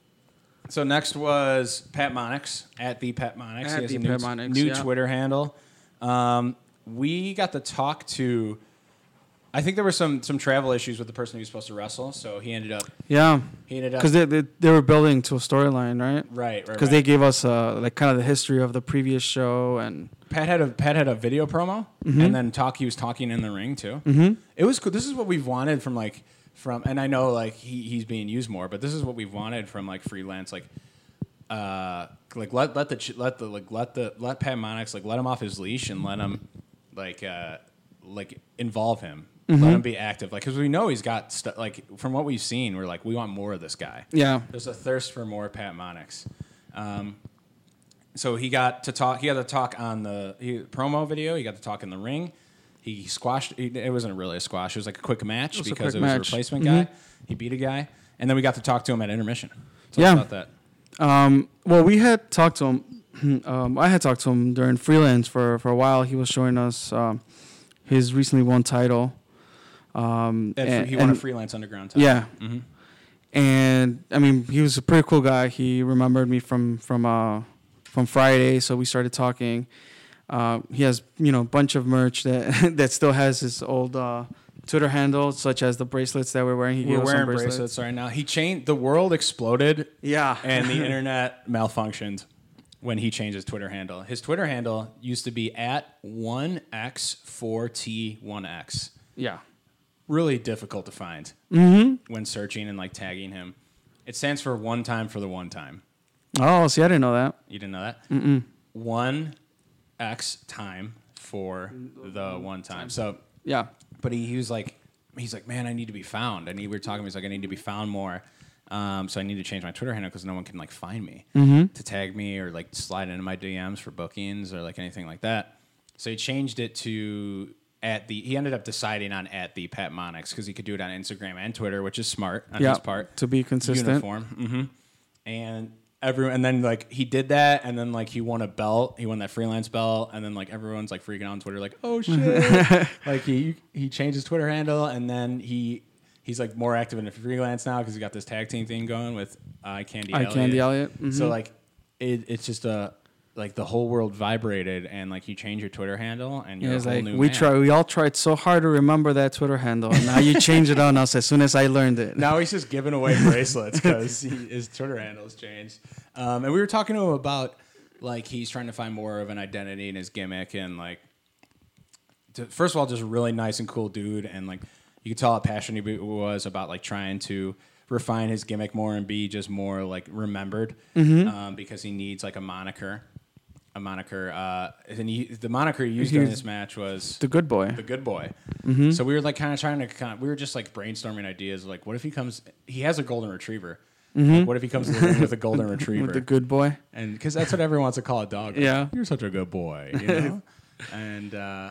Speaker 2: So next was Pat Monix at the Pat Monix.
Speaker 3: At
Speaker 2: he has
Speaker 3: the
Speaker 2: a new,
Speaker 3: Pat Monix,
Speaker 2: new
Speaker 3: yeah.
Speaker 2: Twitter handle. Um, we got to talk to. I think there were some some travel issues with the person he was supposed to wrestle, so he ended up
Speaker 3: Yeah,
Speaker 2: he ended up
Speaker 3: because they, they they were building to a storyline, right?
Speaker 2: right right
Speaker 3: Because
Speaker 2: right.
Speaker 3: they gave us uh, like kind of the history of the previous show and
Speaker 2: Pat had a Pat had a video promo, and then talk. He was talking in the ring too. Mm-hmm. It was cool. This is what we've wanted from like from, and I know like he, he's being used more, but this is what we've wanted from like freelance, like uh, like let let the ch- let the like let the let Pat Monix like let him off his leash and let him like uh like involve him, let him be active, like because we know he's got stuff. Like from what we've seen, we're like we want more of this guy.
Speaker 3: yeah,
Speaker 2: There's a thirst for more Pat Monix. Um, so he got to talk. He had to talk on the he, promo video. He got to talk in the ring. He squashed. He, it wasn't really a squash. It was like a quick match
Speaker 3: was a
Speaker 2: because it
Speaker 3: quick
Speaker 2: was a
Speaker 3: match.
Speaker 2: replacement
Speaker 3: Mhm.
Speaker 2: guy. He beat a guy, and then we got to talk to him at intermission. Tell
Speaker 3: Yeah.
Speaker 2: us about that.
Speaker 3: Um, well, we had talked to him. Um, I had talked to him during freelance for, for a while. He was showing us um, his recently won title. Um,
Speaker 2: That
Speaker 3: and-
Speaker 2: he won a
Speaker 3: and-
Speaker 2: freelance underground. Title.
Speaker 3: Yeah. And I mean, he was a pretty cool guy. He remembered me from from uh, from Friday, so we started talking. Uh, he has you know a bunch of merch that that still has his old uh, Twitter handle, such as the bracelets that we're wearing. He
Speaker 2: We're
Speaker 3: gave us
Speaker 2: wearing
Speaker 3: some bracelets.
Speaker 2: bracelets. right now. He changed. The world exploded.
Speaker 3: Yeah.
Speaker 2: and the internet malfunctioned when he changed his Twitter handle. His Twitter handle used to be at 1x4t1x.
Speaker 3: Yeah.
Speaker 2: Really difficult to find when searching and like tagging him. It stands for one time for the one time.
Speaker 3: Oh, see, I didn't know that.
Speaker 2: You didn't know that? One x time for for the one time. So,
Speaker 3: Yeah.
Speaker 2: but he, he was like, he's like, man, I need to be found. And he, we were talking. He's like, I need to be found more. Um, so I need to change my Twitter handle because no one can like find me
Speaker 3: Mm-hmm.
Speaker 2: to tag me or like slide into my DMs for bookings or like anything like that. So he changed it to at the. He ended up deciding on at the Pat Monix because he could do it on Instagram and Twitter, which is smart on
Speaker 3: Yeah,
Speaker 2: his part
Speaker 3: to be consistent.
Speaker 2: Uniform, hmm and everyone, and then like he did that, and then like he won a belt. He won that freelance belt, and then like everyone's like freaking out on Twitter, like oh shit, like he he changed his Twitter handle, and then he. He's like more active in the freelance now because he got this tag team thing going with Eye Candy
Speaker 3: Eye
Speaker 2: Elliott.
Speaker 3: Candy Elliott,
Speaker 2: So
Speaker 3: mhm.
Speaker 2: like, it, it's just a like the whole world vibrated and like you change your Twitter handle and you're
Speaker 3: Yeah,
Speaker 2: a
Speaker 3: it's
Speaker 2: whole
Speaker 3: like
Speaker 2: new
Speaker 3: we
Speaker 2: man.
Speaker 3: try. We all tried so hard to remember that Twitter handle, and now you change it on us as soon as I learned it.
Speaker 2: now he's just giving away bracelets because his Twitter handle's changed. Um, and we were talking to him about like he's trying to find more of an identity in his gimmick and like to- first of all, just a really nice and cool dude, and like you could tell how passionate he was about like trying to refine his gimmick more and be just more like remembered um, because he needs like a moniker, a moniker. Uh, and he, the moniker he used in this match was
Speaker 3: The good boy.
Speaker 2: the good boy.
Speaker 3: Mm-hmm.
Speaker 2: So we were like kind of trying to kind of, we were just like brainstorming ideas. Like, what if he comes? He has a golden retriever. Like, what if he comes to the ring with a golden retriever?
Speaker 3: With the Mm-hmm. good boy.
Speaker 2: and because that's what everyone wants to call a dog. like,
Speaker 3: Yeah.
Speaker 2: you're such a good boy. You know, and. uh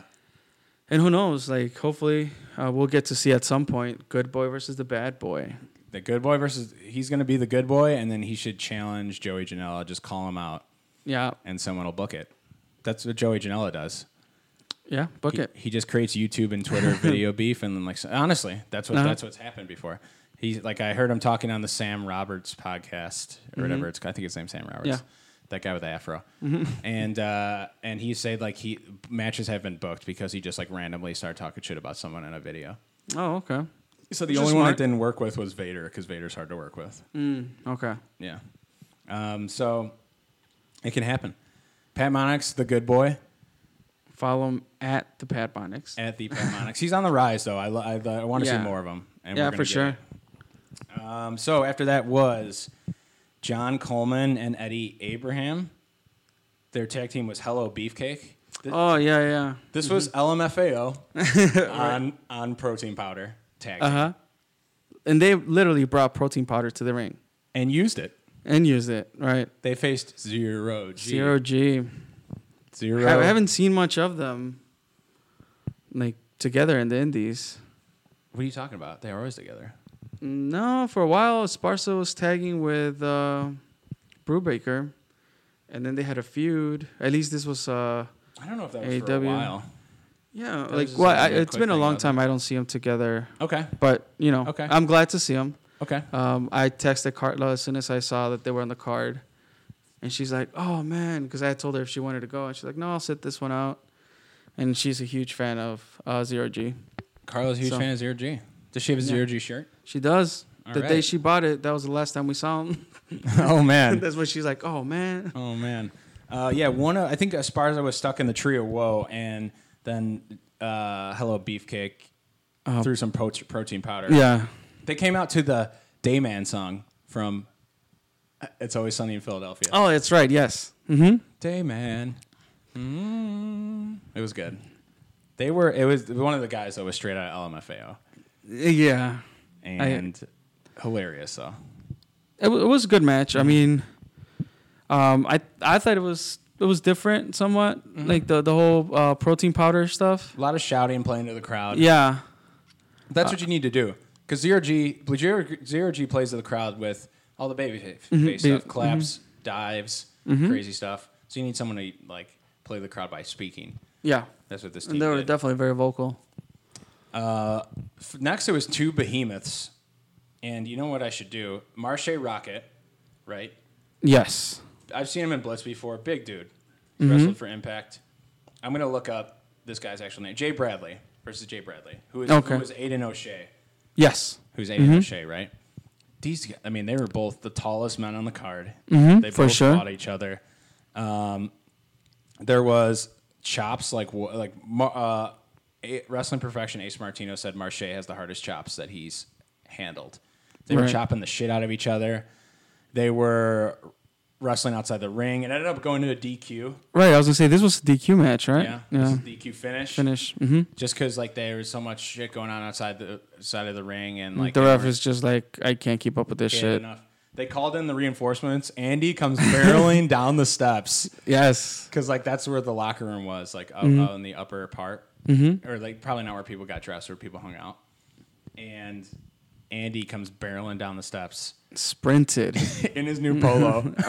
Speaker 3: And who knows? Like, hopefully, uh, we'll get to see at some point good boy versus the bad boy.
Speaker 2: the good boy versus he's going to be the good boy and then he should challenge joey janela just call him out
Speaker 3: Yeah,
Speaker 2: and someone will book it that's what joey janela does
Speaker 3: yeah. Book
Speaker 2: he,
Speaker 3: it.
Speaker 2: he just creates youtube and twitter video beef and then like honestly that's what
Speaker 3: Uh-huh.
Speaker 2: that's what's happened before he's like i heard him talking on the sam roberts podcast or whatever it's i think it's named sam roberts
Speaker 3: Mm-hmm. Yeah. Mm-hmm.
Speaker 2: that guy with the afro and uh and he said like he matches have been booked because he just like randomly started talking shit about someone in a video
Speaker 3: Oh, okay.
Speaker 2: so the
Speaker 3: Which is
Speaker 2: only one that
Speaker 3: smart. Mm.
Speaker 2: didn't work with was vader because vader's hard to work with
Speaker 3: Okay.
Speaker 2: Yeah. Um, so it can happen. Pat Monix, the good boy
Speaker 3: Follow him at the Pat Bonix.
Speaker 2: at the Pat Monix. He's on the rise, though. I, lo- I, I want to see
Speaker 3: Yeah.
Speaker 2: more of him. And we're
Speaker 3: Yeah,
Speaker 2: gonna
Speaker 3: for
Speaker 2: get
Speaker 3: sure.
Speaker 2: it. Um, so after that was John Coleman and Eddie Abraham. Their tag team was Hello Beefcake. Th-
Speaker 3: Oh yeah, yeah.
Speaker 2: This was LMFAO on, on protein powder tag
Speaker 3: Uh
Speaker 2: team
Speaker 3: huh. And they literally brought protein powder to the ring
Speaker 2: and used it.
Speaker 3: and used it. Right.
Speaker 2: They faced zero G.
Speaker 3: Zero G.
Speaker 2: Zero.
Speaker 3: I haven't seen much of them, like together in the Indies.
Speaker 2: What are you talking about? They are always together.
Speaker 3: No, for a while Sparsa was tagging with uh, Brubaker, and then they had a feud. At least this was uh,
Speaker 2: I don't know if that was for a
Speaker 3: AEW.
Speaker 2: while.
Speaker 3: yeah,
Speaker 2: was
Speaker 3: like
Speaker 2: just
Speaker 3: well,
Speaker 2: like a
Speaker 3: I,
Speaker 2: really
Speaker 3: it's
Speaker 2: quick
Speaker 3: been a
Speaker 2: thing
Speaker 3: long
Speaker 2: about
Speaker 3: time I don't see them together.
Speaker 2: Okay.
Speaker 3: But you know,
Speaker 2: Okay.
Speaker 3: I'm glad to see them.
Speaker 2: Okay.
Speaker 3: Um, I texted Carla as soon as I saw that they were on the card, and she's like, "Oh man," because I had told her if she wanted to go, and she's like, "No, I'll sit this one out." And she's a huge fan of uh, Zero G.
Speaker 2: Carla's a huge
Speaker 3: So-
Speaker 2: fan of Zero G. Does she have a Zero G shirt?
Speaker 3: She does.
Speaker 2: All
Speaker 3: the day
Speaker 2: right.
Speaker 3: she bought it, that was the last time we saw him.
Speaker 2: oh man.
Speaker 3: That's when she's like, "Oh man."
Speaker 2: oh man. Uh, yeah, one. Of, I think Esparza was stuck in the tree of woe, and then uh, Hello Beefcake threw some pro- protein powder.
Speaker 3: Uh-huh. Yeah.
Speaker 2: They came out to the Dayman song from uh, "It's Always Sunny in Philadelphia."
Speaker 3: Oh, that's right. Yes.
Speaker 2: Dayman. Mm. It was good. They were. It was one of the guys that was straight out of LMFAO,
Speaker 3: Yeah.
Speaker 2: and hilarious though.
Speaker 3: It, w- it was a good match. I mean, um, I I thought it was it was different somewhat, like the the whole uh, protein powder stuff.
Speaker 2: A lot of shouting, playing to the crowd.
Speaker 3: Yeah.
Speaker 2: That's
Speaker 3: Uh,
Speaker 2: what you need to do. Because zero G, but zero, zero G plays to the crowd with all the baby fa- face
Speaker 3: Baby-
Speaker 2: stuff, claps, dives,
Speaker 3: Mm-hmm.
Speaker 2: crazy stuff. So you need someone to like play the crowd by speaking.
Speaker 3: Yeah.
Speaker 2: That's what this team
Speaker 3: And they were
Speaker 2: did.
Speaker 3: definitely very vocal.
Speaker 2: F- Next, it was two behemoths, and you know what I should do? Marche Rocket, right?
Speaker 3: Yes.
Speaker 2: I've seen him in Blitz before. Big dude, He
Speaker 3: Mm-hmm.
Speaker 2: wrestled for Impact. I'm gonna look up this guy's actual name: Jay Bradley versus Jay Bradley, who is
Speaker 3: Okay.
Speaker 2: who is Aiden O'Shea.
Speaker 3: Yes.
Speaker 2: who's Aiden
Speaker 3: Mm-hmm.
Speaker 2: O'Shea, right? These, g- I mean, they were both the tallest men on the card. they
Speaker 3: Mm-hmm, for
Speaker 2: both
Speaker 3: sure.
Speaker 2: fought each other. Um, there was chops like wha- like Mar- uh, A- wrestling perfection. Ace Martino said Marche has the hardest chops that he's handled. They were
Speaker 3: Right.
Speaker 2: chopping the shit out of each other. They were wrestling outside the ring. It ended up going to a DQ.
Speaker 3: Right. I was gonna say this was a DQ match, right?
Speaker 2: Yeah,
Speaker 3: Yeah.
Speaker 2: This is DQ finish.
Speaker 3: Finish. hmm
Speaker 2: Just because like there was so much shit going on outside the side of the ring, and like
Speaker 3: the
Speaker 2: they
Speaker 3: ref
Speaker 2: weren't
Speaker 3: is just like, I can't keep up with this
Speaker 2: getting
Speaker 3: shit.
Speaker 2: enough. They called in the reinforcements. Andy comes barreling down the steps
Speaker 3: Yes.
Speaker 2: because like that's where the locker room was, like up, out in the upper part, or like probably not where people got dressed, where people hung out. And Andy comes barreling down the steps
Speaker 3: Sprinted.
Speaker 2: in his new polo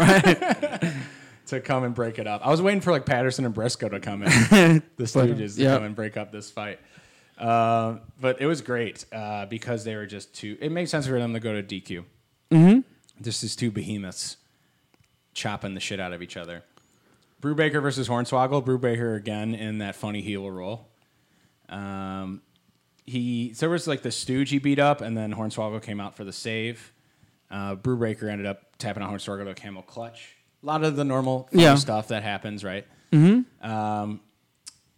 Speaker 2: to come and break it up. I was waiting for like Patterson and Briscoe to come in, the Stooges to
Speaker 3: yeah.
Speaker 2: come and break up this fight. Uh, but it was great uh, because they were just two. It made sense for them to go to DQ. Mm-hmm. Just these two behemoths chopping the shit out of each other. Brubaker versus Hornswoggle. Brubaker again in that funny heel roll. Um, he so there was like the Stooge he beat up, and then Hornswoggle came out for the save. Uh, Brubaker ended up tapping on Hornswoggle to a camel clutch. A lot of the normal funny
Speaker 3: Yeah.
Speaker 2: stuff that happens, right? Mm-hmm. Um,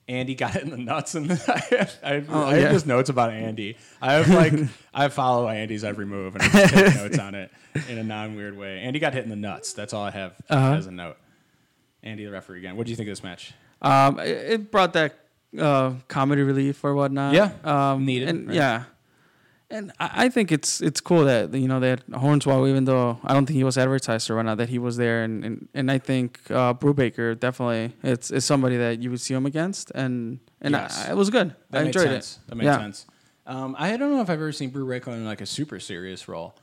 Speaker 2: Andy got it in the nuts, and I have, I have, I have
Speaker 3: Oh, yeah.
Speaker 2: just notes about Andy. I have like I follow Andy's every move, and I just take notes on it in a non weird way. Andy got hit in the nuts. That's all I have
Speaker 3: Uh-huh.
Speaker 2: as a note. Andy, the referee again. What do you think of this match?
Speaker 3: um, it, it brought that uh, comedy relief or whatnot.
Speaker 2: Yeah.
Speaker 3: Um,
Speaker 2: Needed,
Speaker 3: And,
Speaker 2: right?
Speaker 3: Yeah. And I I think it's it's cool that you know that Hornswoggle, even though I don't think he was advertised or whatnot, that he was there, and and, and I think uh, Brubaker definitely it's is somebody that you would see him against, and and
Speaker 2: Yes.
Speaker 3: I, it was good.
Speaker 2: That
Speaker 3: I
Speaker 2: made
Speaker 3: enjoyed
Speaker 2: sense.
Speaker 3: it.
Speaker 2: That makes
Speaker 3: Yeah.
Speaker 2: sense. Um, I don't know if I've ever seen Brew Raycon in like a super serious role.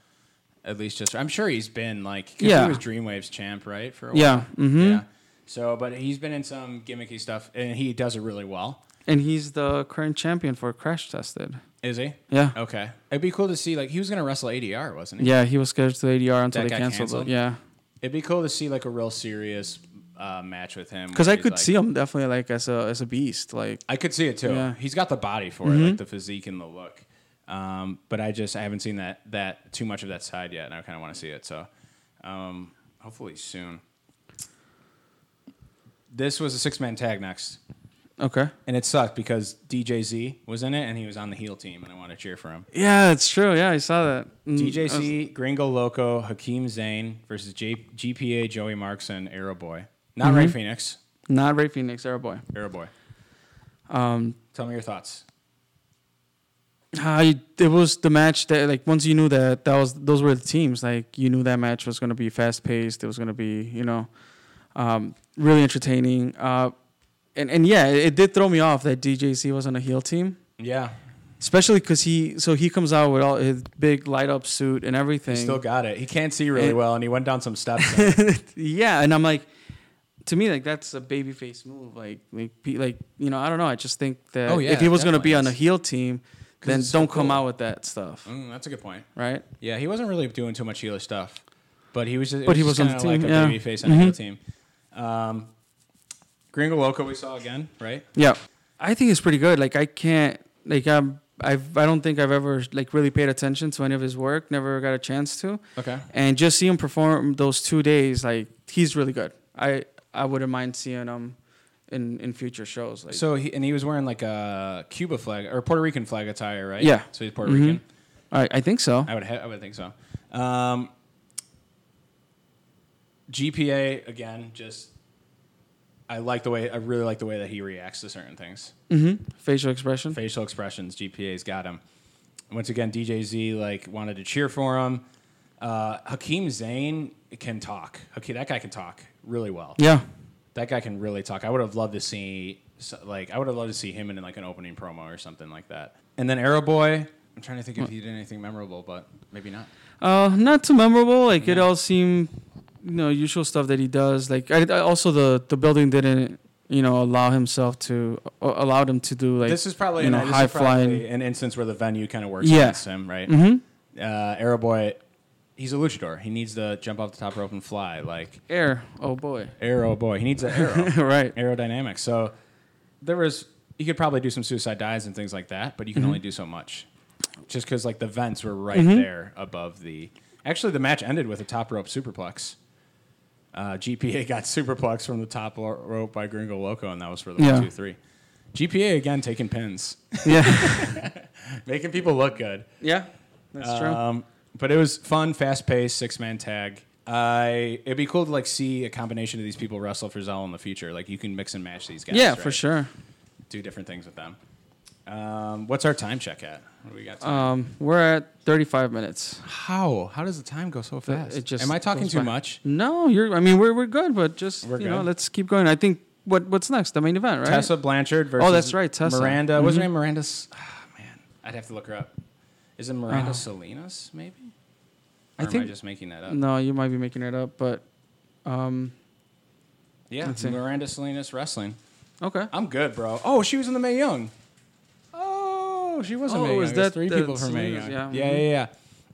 Speaker 2: At least just I'm sure he's been like 'cause
Speaker 3: Yeah.
Speaker 2: he was Dreamwaves champ right for a while.
Speaker 3: Yeah, mhm.
Speaker 2: yeah. So, but he's been in some gimmicky stuff and he does it really well.
Speaker 3: And he's the current champion for Crash Tested.
Speaker 2: Is he?
Speaker 3: Yeah.
Speaker 2: Okay. It'd be cool to see like he was gonna wrestle ADR, wasn't he?
Speaker 3: Yeah, he was scheduled to ADR until
Speaker 2: That
Speaker 3: they
Speaker 2: got
Speaker 3: canceled,
Speaker 2: canceled?
Speaker 3: it. Yeah,
Speaker 2: It'd be cool to see like a real serious uh, match with him
Speaker 3: because
Speaker 2: where
Speaker 3: I
Speaker 2: he's,
Speaker 3: could
Speaker 2: like-
Speaker 3: see him definitely like as a as a beast. Like
Speaker 2: I could see it too.
Speaker 3: Yeah. Mm-hmm.
Speaker 2: He's got the body for it, like the physique and the look. Um, but I just I haven't seen that that too much of that side yet, and I kind of want to see it. So, um, hopefully soon. This was a six man tag next,
Speaker 3: okay,
Speaker 2: and it sucked because DJZ was in it, and he was on the heel team, and I want to cheer for him.
Speaker 3: yeah, it's true. Yeah, I saw that. Mm, I was-
Speaker 2: DJC, Gringo Loco, Hakeem Zayn versus J- GPA Joey Marks and Arrow Boy, not Ray
Speaker 3: Mm-hmm.
Speaker 2: Phoenix,
Speaker 3: not Ray Phoenix, Arrow Boy.
Speaker 2: Arrow Boy.
Speaker 3: Um,
Speaker 2: Tell me your thoughts.
Speaker 3: I it was the match that like once you knew that that was those were the teams. Like you knew that match was gonna be fast paced. It was gonna be you know, um, really entertaining. Uh, and and yeah, it, it did throw me off that DJC was on a heel team.
Speaker 2: Yeah,
Speaker 3: Especially because he, so he comes out with all his big light up suit and everything.
Speaker 2: still got it. He can't see really
Speaker 3: And-
Speaker 2: well, and he went down some steps. Mm,
Speaker 3: yeah, and I'm like, to me, like that's a babyface move. Like, like, pe- like you know, I don't know. I just think that
Speaker 2: Oh, yeah,
Speaker 3: if he was gonna be on
Speaker 2: definitely.
Speaker 3: a heel team, then
Speaker 2: it's so
Speaker 3: don't come
Speaker 2: cool.
Speaker 3: out with that stuff,
Speaker 2: Mm, that's a good point.
Speaker 3: right?
Speaker 2: Yeah, he wasn't really doing too much healer stuff, but he was. Just,
Speaker 3: But
Speaker 2: it
Speaker 3: he
Speaker 2: was
Speaker 3: was on
Speaker 2: kind of
Speaker 3: the
Speaker 2: like
Speaker 3: team,
Speaker 2: a
Speaker 3: yeah. Mm-hmm.
Speaker 2: baby face on the heel team. Um, Gringo Loco we saw again, right?
Speaker 3: Yeah, I think it's pretty good. Like, I can't, like, I'm, I've, I don't think I've ever like really paid attention to any of his work. Never got a chance to.
Speaker 2: Okay.
Speaker 3: And just see him perform those two days, like he's really good. I, I wouldn't mind seeing him in in future shows. Like,
Speaker 2: So he and he was wearing like a Cuba flag or Puerto Rican flag attire, right?
Speaker 3: Yeah.
Speaker 2: So he's Puerto
Speaker 3: Mhm.
Speaker 2: Rican.
Speaker 3: I, I think so.
Speaker 2: I would ha- I would think so. Um, GPA again, just I like the way I really like the way that he reacts to certain things.
Speaker 3: Mm-hmm. Facial expression.
Speaker 2: facial expressions. GPA's got him. Once again, DJZ like wanted to cheer for him. Uh, Hakeem Zayn can talk. Okay, that guy can talk really well.
Speaker 3: Yeah.
Speaker 2: That guy can really talk. I would have loved to see so- like I would have loved to see him in like an opening promo or something like that. And then Arrow Boy. I'm trying to think if he did anything memorable, but maybe not.
Speaker 3: Uh, not too memorable. Like it
Speaker 2: Yeah.
Speaker 3: all seemed, you know, usual stuff that he does. Like I, I also the the building didn't, you know, allow himself to uh, allowed him to do like
Speaker 2: This is probably
Speaker 3: you know
Speaker 2: an,
Speaker 3: high flying.
Speaker 2: an instance where the venue kind of works
Speaker 3: Yeah.
Speaker 2: against him, right? Mm-hmm. Uh, Arrow Boy, he's a luchador. He needs to jump off the top rope and fly. Like
Speaker 3: Air, oh boy,
Speaker 2: arrow boy. He needs an arrow.
Speaker 3: right?
Speaker 2: aerodynamics. So there was you could probably do some suicide dives and things like that, but you
Speaker 3: Mm-hmm.
Speaker 2: can only do so much. Just because like the vents were right there above the. Actually, the match ended with a top rope superplex. Uh, GPA got superplex from the top lo- rope by Gringo Loco, and that was for the
Speaker 3: Yeah.
Speaker 2: one, two, three. GPA again taking pins,
Speaker 3: Yeah,
Speaker 2: making people look good.
Speaker 3: yeah, that's true.
Speaker 2: Um, but it was fun, fast paced, six man tag. I it'd be cool to like see a combination of these people wrestle for Zell in the future. Like you can mix and match these guys.
Speaker 3: yeah,
Speaker 2: right?
Speaker 3: for sure.
Speaker 2: Do different things with them. Um, what's our time check at? What do we got? time?
Speaker 3: Um, we're at 35 minutes.
Speaker 2: How? How does the time go so fast?
Speaker 3: It just
Speaker 2: Am I talking
Speaker 3: goes
Speaker 2: too
Speaker 3: by.
Speaker 2: much?
Speaker 3: No, you're. I mean, we're we're good, but just
Speaker 2: We're
Speaker 3: you know,
Speaker 2: good.
Speaker 3: let's keep going. I think what what's next? The main event, right? Oh,
Speaker 2: Tessa Blanchard versus
Speaker 3: that's right, Tessa. Mm-hmm.
Speaker 2: Miranda. What's her name? Miranda. S- ah, man, I'd have to look her up. Is it Miranda Salinas? Maybe.
Speaker 3: Oh. I
Speaker 2: Or am I
Speaker 3: think-
Speaker 2: just making that up?
Speaker 3: No, you might be making it up, but um,
Speaker 2: yeah,
Speaker 3: Let's see.
Speaker 2: Miranda Salinas wrestling.
Speaker 3: okay.
Speaker 2: I'm good, bro. Oh, she was in the May Young. Oh, she was in
Speaker 3: Oh,
Speaker 2: May
Speaker 3: was
Speaker 2: Young. There's
Speaker 3: that
Speaker 2: three
Speaker 3: the
Speaker 2: people from May
Speaker 3: Salinas,
Speaker 2: Young?
Speaker 3: yeah. mm-hmm.
Speaker 2: yeah, yeah,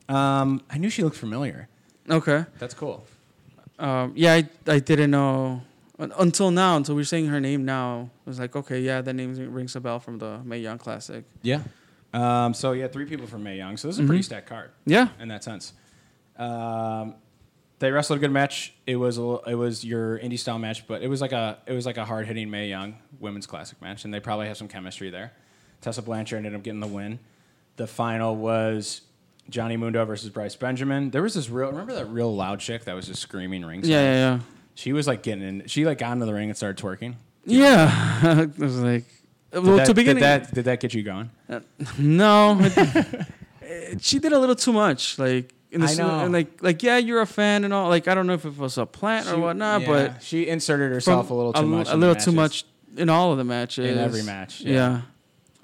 Speaker 2: yeah. Um, I knew she looked familiar.
Speaker 3: Okay.
Speaker 2: That's cool.
Speaker 3: Um, yeah, I, I didn't know un- until now, until we were saying her name now. I was like, okay, yeah, that name rings a bell from the Mae Young Classic.
Speaker 2: Yeah. Um, so yeah, three people from May Young. So this is a pretty stacked card.
Speaker 3: Mm-hmm. Yeah.
Speaker 2: in that sense. Um, they wrestled a good match. It was a, l- it was your indie style match, but it was like a it was like a hard hitting May Young women's classic match, and they probably have some chemistry there. Tessa Blanchard ended up getting the win. The final was Johnny Mundo versus Bryce Benjamin. There was this real remember that real loud chick that was just screaming rings.
Speaker 3: Yeah, yeah,
Speaker 2: She was like getting in. She like got into the ring and started twerking.
Speaker 3: yeah. Yeah. I was like, well,
Speaker 2: Did that,
Speaker 3: to begin
Speaker 2: did that did that get you going?
Speaker 3: No, it- it- she did a little too much. Like in the
Speaker 2: I
Speaker 3: s-
Speaker 2: know.
Speaker 3: and like like yeah, you're a fan and all. Like I don't know if it was a plant or
Speaker 2: She-
Speaker 3: whatnot,
Speaker 2: yeah,
Speaker 3: but
Speaker 2: she inserted herself a
Speaker 3: from
Speaker 2: little too
Speaker 3: l-
Speaker 2: much. in
Speaker 3: A
Speaker 2: the
Speaker 3: little too
Speaker 2: matches.
Speaker 3: much in all of the matches.
Speaker 2: every match, yeah.
Speaker 3: yeah.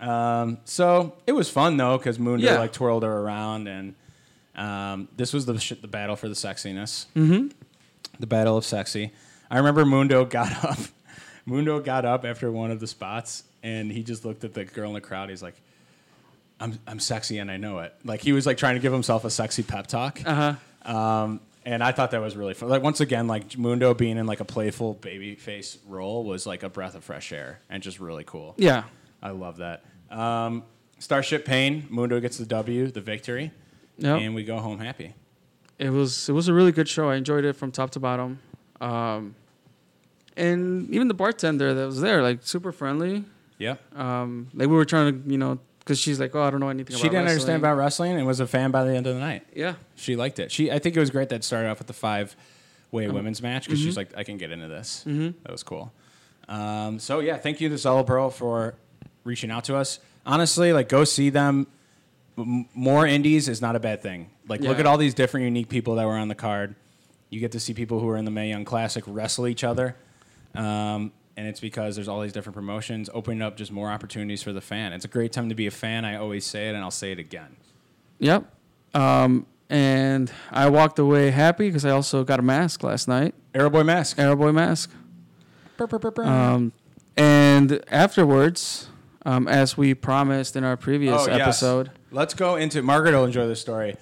Speaker 2: Um, so it was fun though because Mundo
Speaker 3: Yeah.
Speaker 2: like twirled her around, and um, this was the sh- the battle for the sexiness, the battle of sexy. I remember Mundo got up. Mundo got up after one of the spots, and he just looked at the girl in the crowd. He's like, "I'm I'm sexy, and I know it." Like he was like trying to give himself a sexy pep talk. Uh huh. Um, and I thought that was really fun. Like once again, like Mundo being in like a playful baby face role was like a breath of fresh air and just really cool.
Speaker 3: Yeah.
Speaker 2: I love that. Um, Starship Pain, Mundo gets the W, the victory,
Speaker 3: Yep.
Speaker 2: and we go home happy.
Speaker 3: it was it was a really good show. I enjoyed it from top to bottom. Um, and even the bartender that was there, like super friendly.
Speaker 2: Yep.
Speaker 3: Um, like we were trying to, you know, because she's like, oh, I don't know anything.
Speaker 2: Uh, she
Speaker 3: about
Speaker 2: didn't understand
Speaker 3: wrestling."
Speaker 2: about wrestling and was a fan by the end of the night.
Speaker 3: Yeah,
Speaker 2: She liked it. She, I think it was great that it started off with the five way women's match because she's like, I can get into this. That was cool. Um, so yeah, thank you to Solo Pearl for reaching out to us. Honestly, like go see them. M- more indies is not a bad thing. Like look
Speaker 3: Yeah.
Speaker 2: at all these different unique people that were on the card. You get to see people who are in the Mae Young Classic wrestle each other. Um, and it's because there's all these different promotions opening up just more opportunities for the fan. It's a great time to be a fan. I always say it and I'll say it again.
Speaker 3: yep. Um, and I walked away happy because I also got a mask last night,
Speaker 2: Arrowboy Mask.
Speaker 3: Arrowboy mask.
Speaker 2: Brr, brr, brr, brr.
Speaker 3: Um, and afterwards, um, as we promised in our previous
Speaker 2: Oh, yes.
Speaker 3: episode,
Speaker 2: Let's go into Margaret will enjoy this story.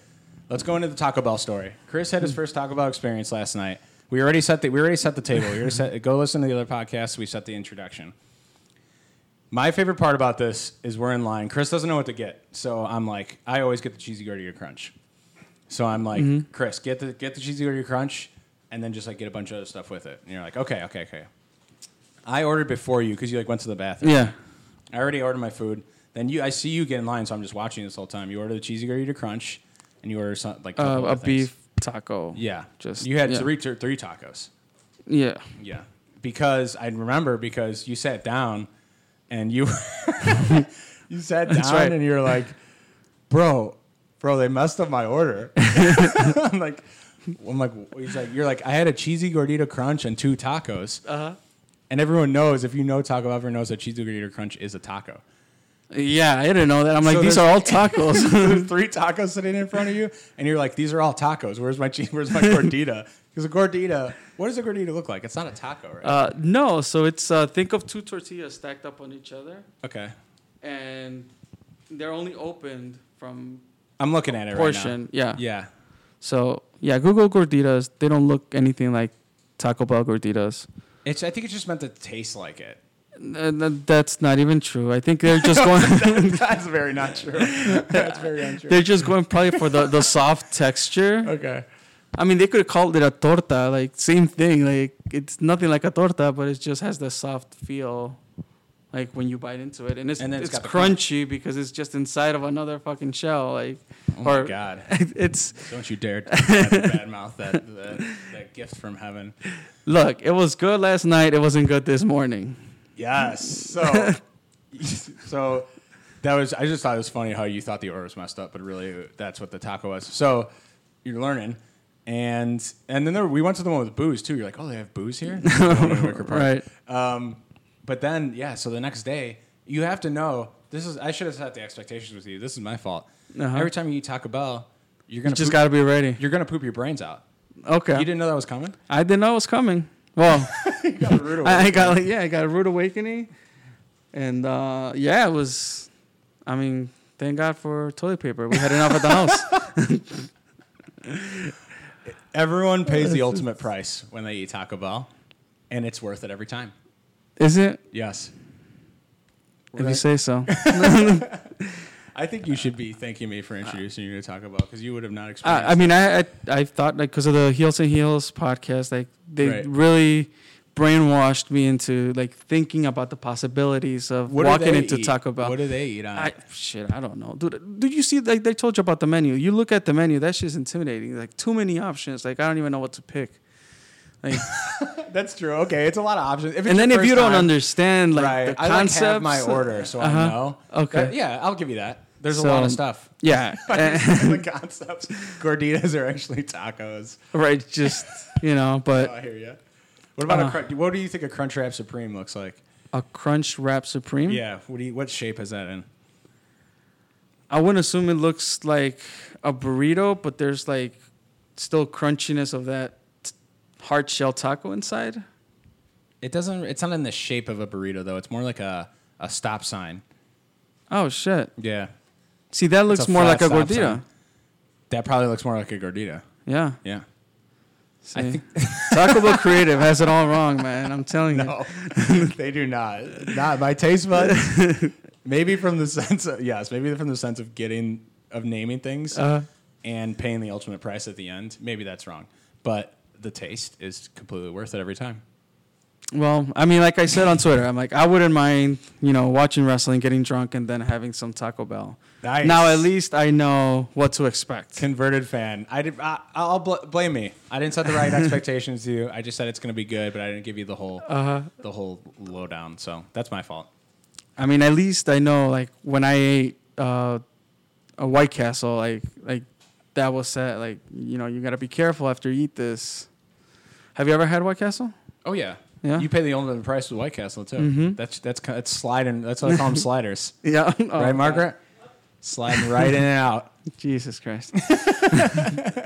Speaker 2: Let's go into the Taco Bell story. Chris
Speaker 3: Hmm.
Speaker 2: had his first Taco Bell experience last night. We already set the we already set the table. We already set, go listen to the other podcast. We set the introduction. My favorite part about this is we're in line. Chris doesn't know what to get, so I'm like, I always get the cheesy gordita crunch. So I'm like,
Speaker 3: Mm-hmm.
Speaker 2: Chris, get the get the cheesy gordita crunch, and then just like get a bunch of other stuff with it. And you're like, okay, okay, okay. I ordered before you because you like went to the bathroom.
Speaker 3: yeah,
Speaker 2: I already ordered my food. Then you, I see you get in line, so I'm just watching this whole time. You order the cheesy gordita crunch, and you order some like
Speaker 3: uh,
Speaker 2: couple
Speaker 3: a
Speaker 2: other things.
Speaker 3: beef taco.
Speaker 2: Yeah,
Speaker 3: just-
Speaker 2: you had
Speaker 3: yeah.
Speaker 2: three three three tacos.
Speaker 3: yeah.
Speaker 2: Yeah, because I remember because you sat down, and you you sat down
Speaker 3: right.
Speaker 2: and you're like, bro, bro, they messed up my order. I'm like, I'm like, he's like, you're like, I had a cheesy gordita crunch and two tacos. Uh
Speaker 3: Uh-huh.
Speaker 2: huh. And everyone knows if you know Taco Bell, everyone knows that cheesy gordita crunch is a taco.
Speaker 3: Yeah, I didn't know that. I'm like,
Speaker 2: So
Speaker 3: these
Speaker 2: there's-
Speaker 3: are all tacos.
Speaker 2: there's three tacos sitting in front of you, and you're like, "These are all tacos. Where's my cheese? Where's my gordita?" Because a gordita, what does a gordita look like? It's not a taco, right?
Speaker 3: uh, no, so it's uh, think of two tortillas stacked up on each other,
Speaker 2: okay,
Speaker 3: and they're only opened from
Speaker 2: I'm looking at it
Speaker 3: portion. yeah.
Speaker 2: right now. Yeah,
Speaker 3: So yeah, Google gorditas. They don't look anything like Taco Bell gorditas.
Speaker 2: it's. I think it's just meant to taste like it.
Speaker 3: N- n- that's not even true. I think they're just going.
Speaker 2: That's very not true. That's very untrue.
Speaker 3: they're just going probably for the, the soft texture.
Speaker 2: Okay.
Speaker 3: I mean, they could have called it a torta, like same thing. Like it's nothing like a torta, but it just has the soft feel Like when you bite into it, and it's
Speaker 2: And then it's
Speaker 3: it's,
Speaker 2: got the crunch.
Speaker 3: crunchy because it's just inside of another fucking shell. Like,
Speaker 2: Oh my God.
Speaker 3: it's
Speaker 2: Don't you dare badmouth that, that that gift from heaven.
Speaker 3: look, it was good last night. It wasn't good this morning.
Speaker 2: Yes. So, so that was. I just thought it was funny how you thought the order was messed up, but really that's what the taco was. So you're learning, and and then there, we went to the one with booze too. You're like, oh, they have booze here. In Wicker Park.
Speaker 3: Right.
Speaker 2: Um, but then yeah, so the next day you have to know this is. I should have set the expectations with you. This is my fault.
Speaker 3: Uh-huh.
Speaker 2: Every time you eat Taco Bell, you're gonna
Speaker 3: You just
Speaker 2: poop-
Speaker 3: got to be ready.
Speaker 2: you're gonna poop your brains out.
Speaker 3: Okay.
Speaker 2: You didn't know that was coming.
Speaker 3: I didn't know it was coming. Well,
Speaker 2: You got a rude
Speaker 3: I, I got like yeah, I got a rude awakening, and uh, yeah, it was. I mean, thank God for toilet paper. We had enough at the house.
Speaker 2: Everyone pays the ultimate price when they eat Taco Bell, and it's worth it every time.
Speaker 3: Is it?
Speaker 2: Yes.
Speaker 3: If you say so.
Speaker 2: I think you should be thanking me for introducing you to Taco Bell because you would have not experienced.
Speaker 3: I, I mean, I I, I thought like because of the Heels and Heels podcast, like they
Speaker 2: Right.
Speaker 3: really brainwashed me into like thinking about the possibilities of
Speaker 2: What do
Speaker 3: walking
Speaker 2: they
Speaker 3: into
Speaker 2: eat?
Speaker 3: Taco Bell.
Speaker 2: What do they eat on?
Speaker 3: I
Speaker 2: it?
Speaker 3: shit, I don't know, dude. Did you see? Like they told you about the menu. You look at the menu. That shit's intimidating. Like too many options. Like I don't even know what to pick. Like,
Speaker 2: That's true. Okay, it's a lot of options. If it's
Speaker 3: and then
Speaker 2: your
Speaker 3: if you
Speaker 2: first
Speaker 3: don't
Speaker 2: time-
Speaker 3: understand like
Speaker 2: right?
Speaker 3: the
Speaker 2: I like
Speaker 3: concepts, Uh-huh.
Speaker 2: have my order, so I know.
Speaker 3: Okay.
Speaker 2: That- yeah, I'll give you that. There's a
Speaker 3: So-
Speaker 2: lot of stuff.
Speaker 3: Yeah, eh,
Speaker 2: the concepts. Gorditas are actually tacos.
Speaker 3: right. Just you know,
Speaker 2: Oh, I
Speaker 3: but
Speaker 2: hear you. What about a
Speaker 3: Uh.
Speaker 2: crunch? What do you think a Crunchwrap Supreme looks like?
Speaker 3: a crunch wrap supreme.
Speaker 2: Yeah. What do you, What shape is that in?
Speaker 3: I wouldn't assume it looks like a burrito, but there's like still crunchiness of that t- hard shell taco inside.
Speaker 2: It doesn't. It's not in the shape of a burrito though. It's more like a a stop sign.
Speaker 3: Oh shit!
Speaker 2: Yeah.
Speaker 3: See, that looks
Speaker 2: a
Speaker 3: more
Speaker 2: flat
Speaker 3: like a
Speaker 2: stop
Speaker 3: gordita.
Speaker 2: sign. That probably looks more like a gordita.
Speaker 3: Yeah.
Speaker 2: Yeah.
Speaker 3: I think Taco Bell Creative has it all wrong, man. I'm telling you.
Speaker 2: No, they do not. Not my taste buds. maybe from the sense of yes, maybe from the sense of getting of naming things
Speaker 3: Uh-huh.
Speaker 2: and paying the ultimate price at the end. Maybe that's wrong, but the taste is completely worth it every time.
Speaker 3: Well, I mean, like I said on Twitter, I'm like, I wouldn't mind, you know, watching wrestling, getting drunk, and then having some Taco Bell.
Speaker 2: Nice.
Speaker 3: Now at least I know what to expect.
Speaker 2: Converted fan. I did, I, I'll bl- blame me. I didn't set the right expectations to you. I just said it's going to be good, but I didn't give you the whole
Speaker 3: Uh-huh.
Speaker 2: the whole lowdown. So that's my fault.
Speaker 3: I mean, at least I know, like, when I ate uh, a White Castle, like, like that was set. Like, you know, you gotta be careful after you eat this. Have you ever had White Castle?
Speaker 2: Oh yeah.
Speaker 3: Yeah. Mm-hmm.
Speaker 2: You pay the ultimate price with White Castle too. That's that's ki- that's sliding. That's what I call them sliders.
Speaker 3: Yeah. Oh,
Speaker 2: right,
Speaker 3: God.
Speaker 2: Margaret? Sliding right in and out.
Speaker 3: Jesus Christ.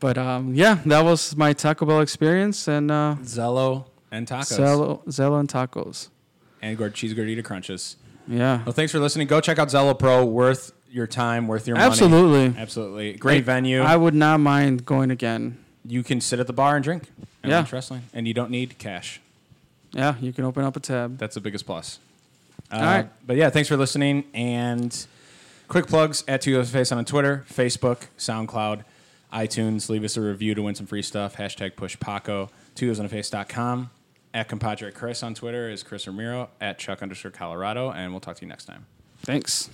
Speaker 3: but um, yeah, that was my Taco Bell experience and uh,
Speaker 2: Zello and tacos
Speaker 3: Zello, Zello and tacos.
Speaker 2: and gord- cheese gordita crunches.
Speaker 3: Yeah.
Speaker 2: Well, thanks for listening. Go check out Zello Pro. Worth your time, worth your money.
Speaker 3: Absolutely.
Speaker 2: Absolutely. Great venue.
Speaker 3: I would not mind going again.
Speaker 2: you can sit at the bar and drink and
Speaker 3: Yeah.
Speaker 2: watch wrestling, and you don't need cash.
Speaker 3: Yeah, you can open up a tab.
Speaker 2: That's the biggest plus. Uh,
Speaker 3: All right.
Speaker 2: But yeah, thanks for listening. And quick plugs at Two Face on Twitter, Facebook, SoundCloud, iTunes. Leave us a review to win some free stuff. Hashtag push Paco. TwoYoseOnAFace.com. At compadre Chris on Twitter is Chris Ramiro. At Chuck underscore Colorado. And we'll talk to you next time.
Speaker 3: Thanks.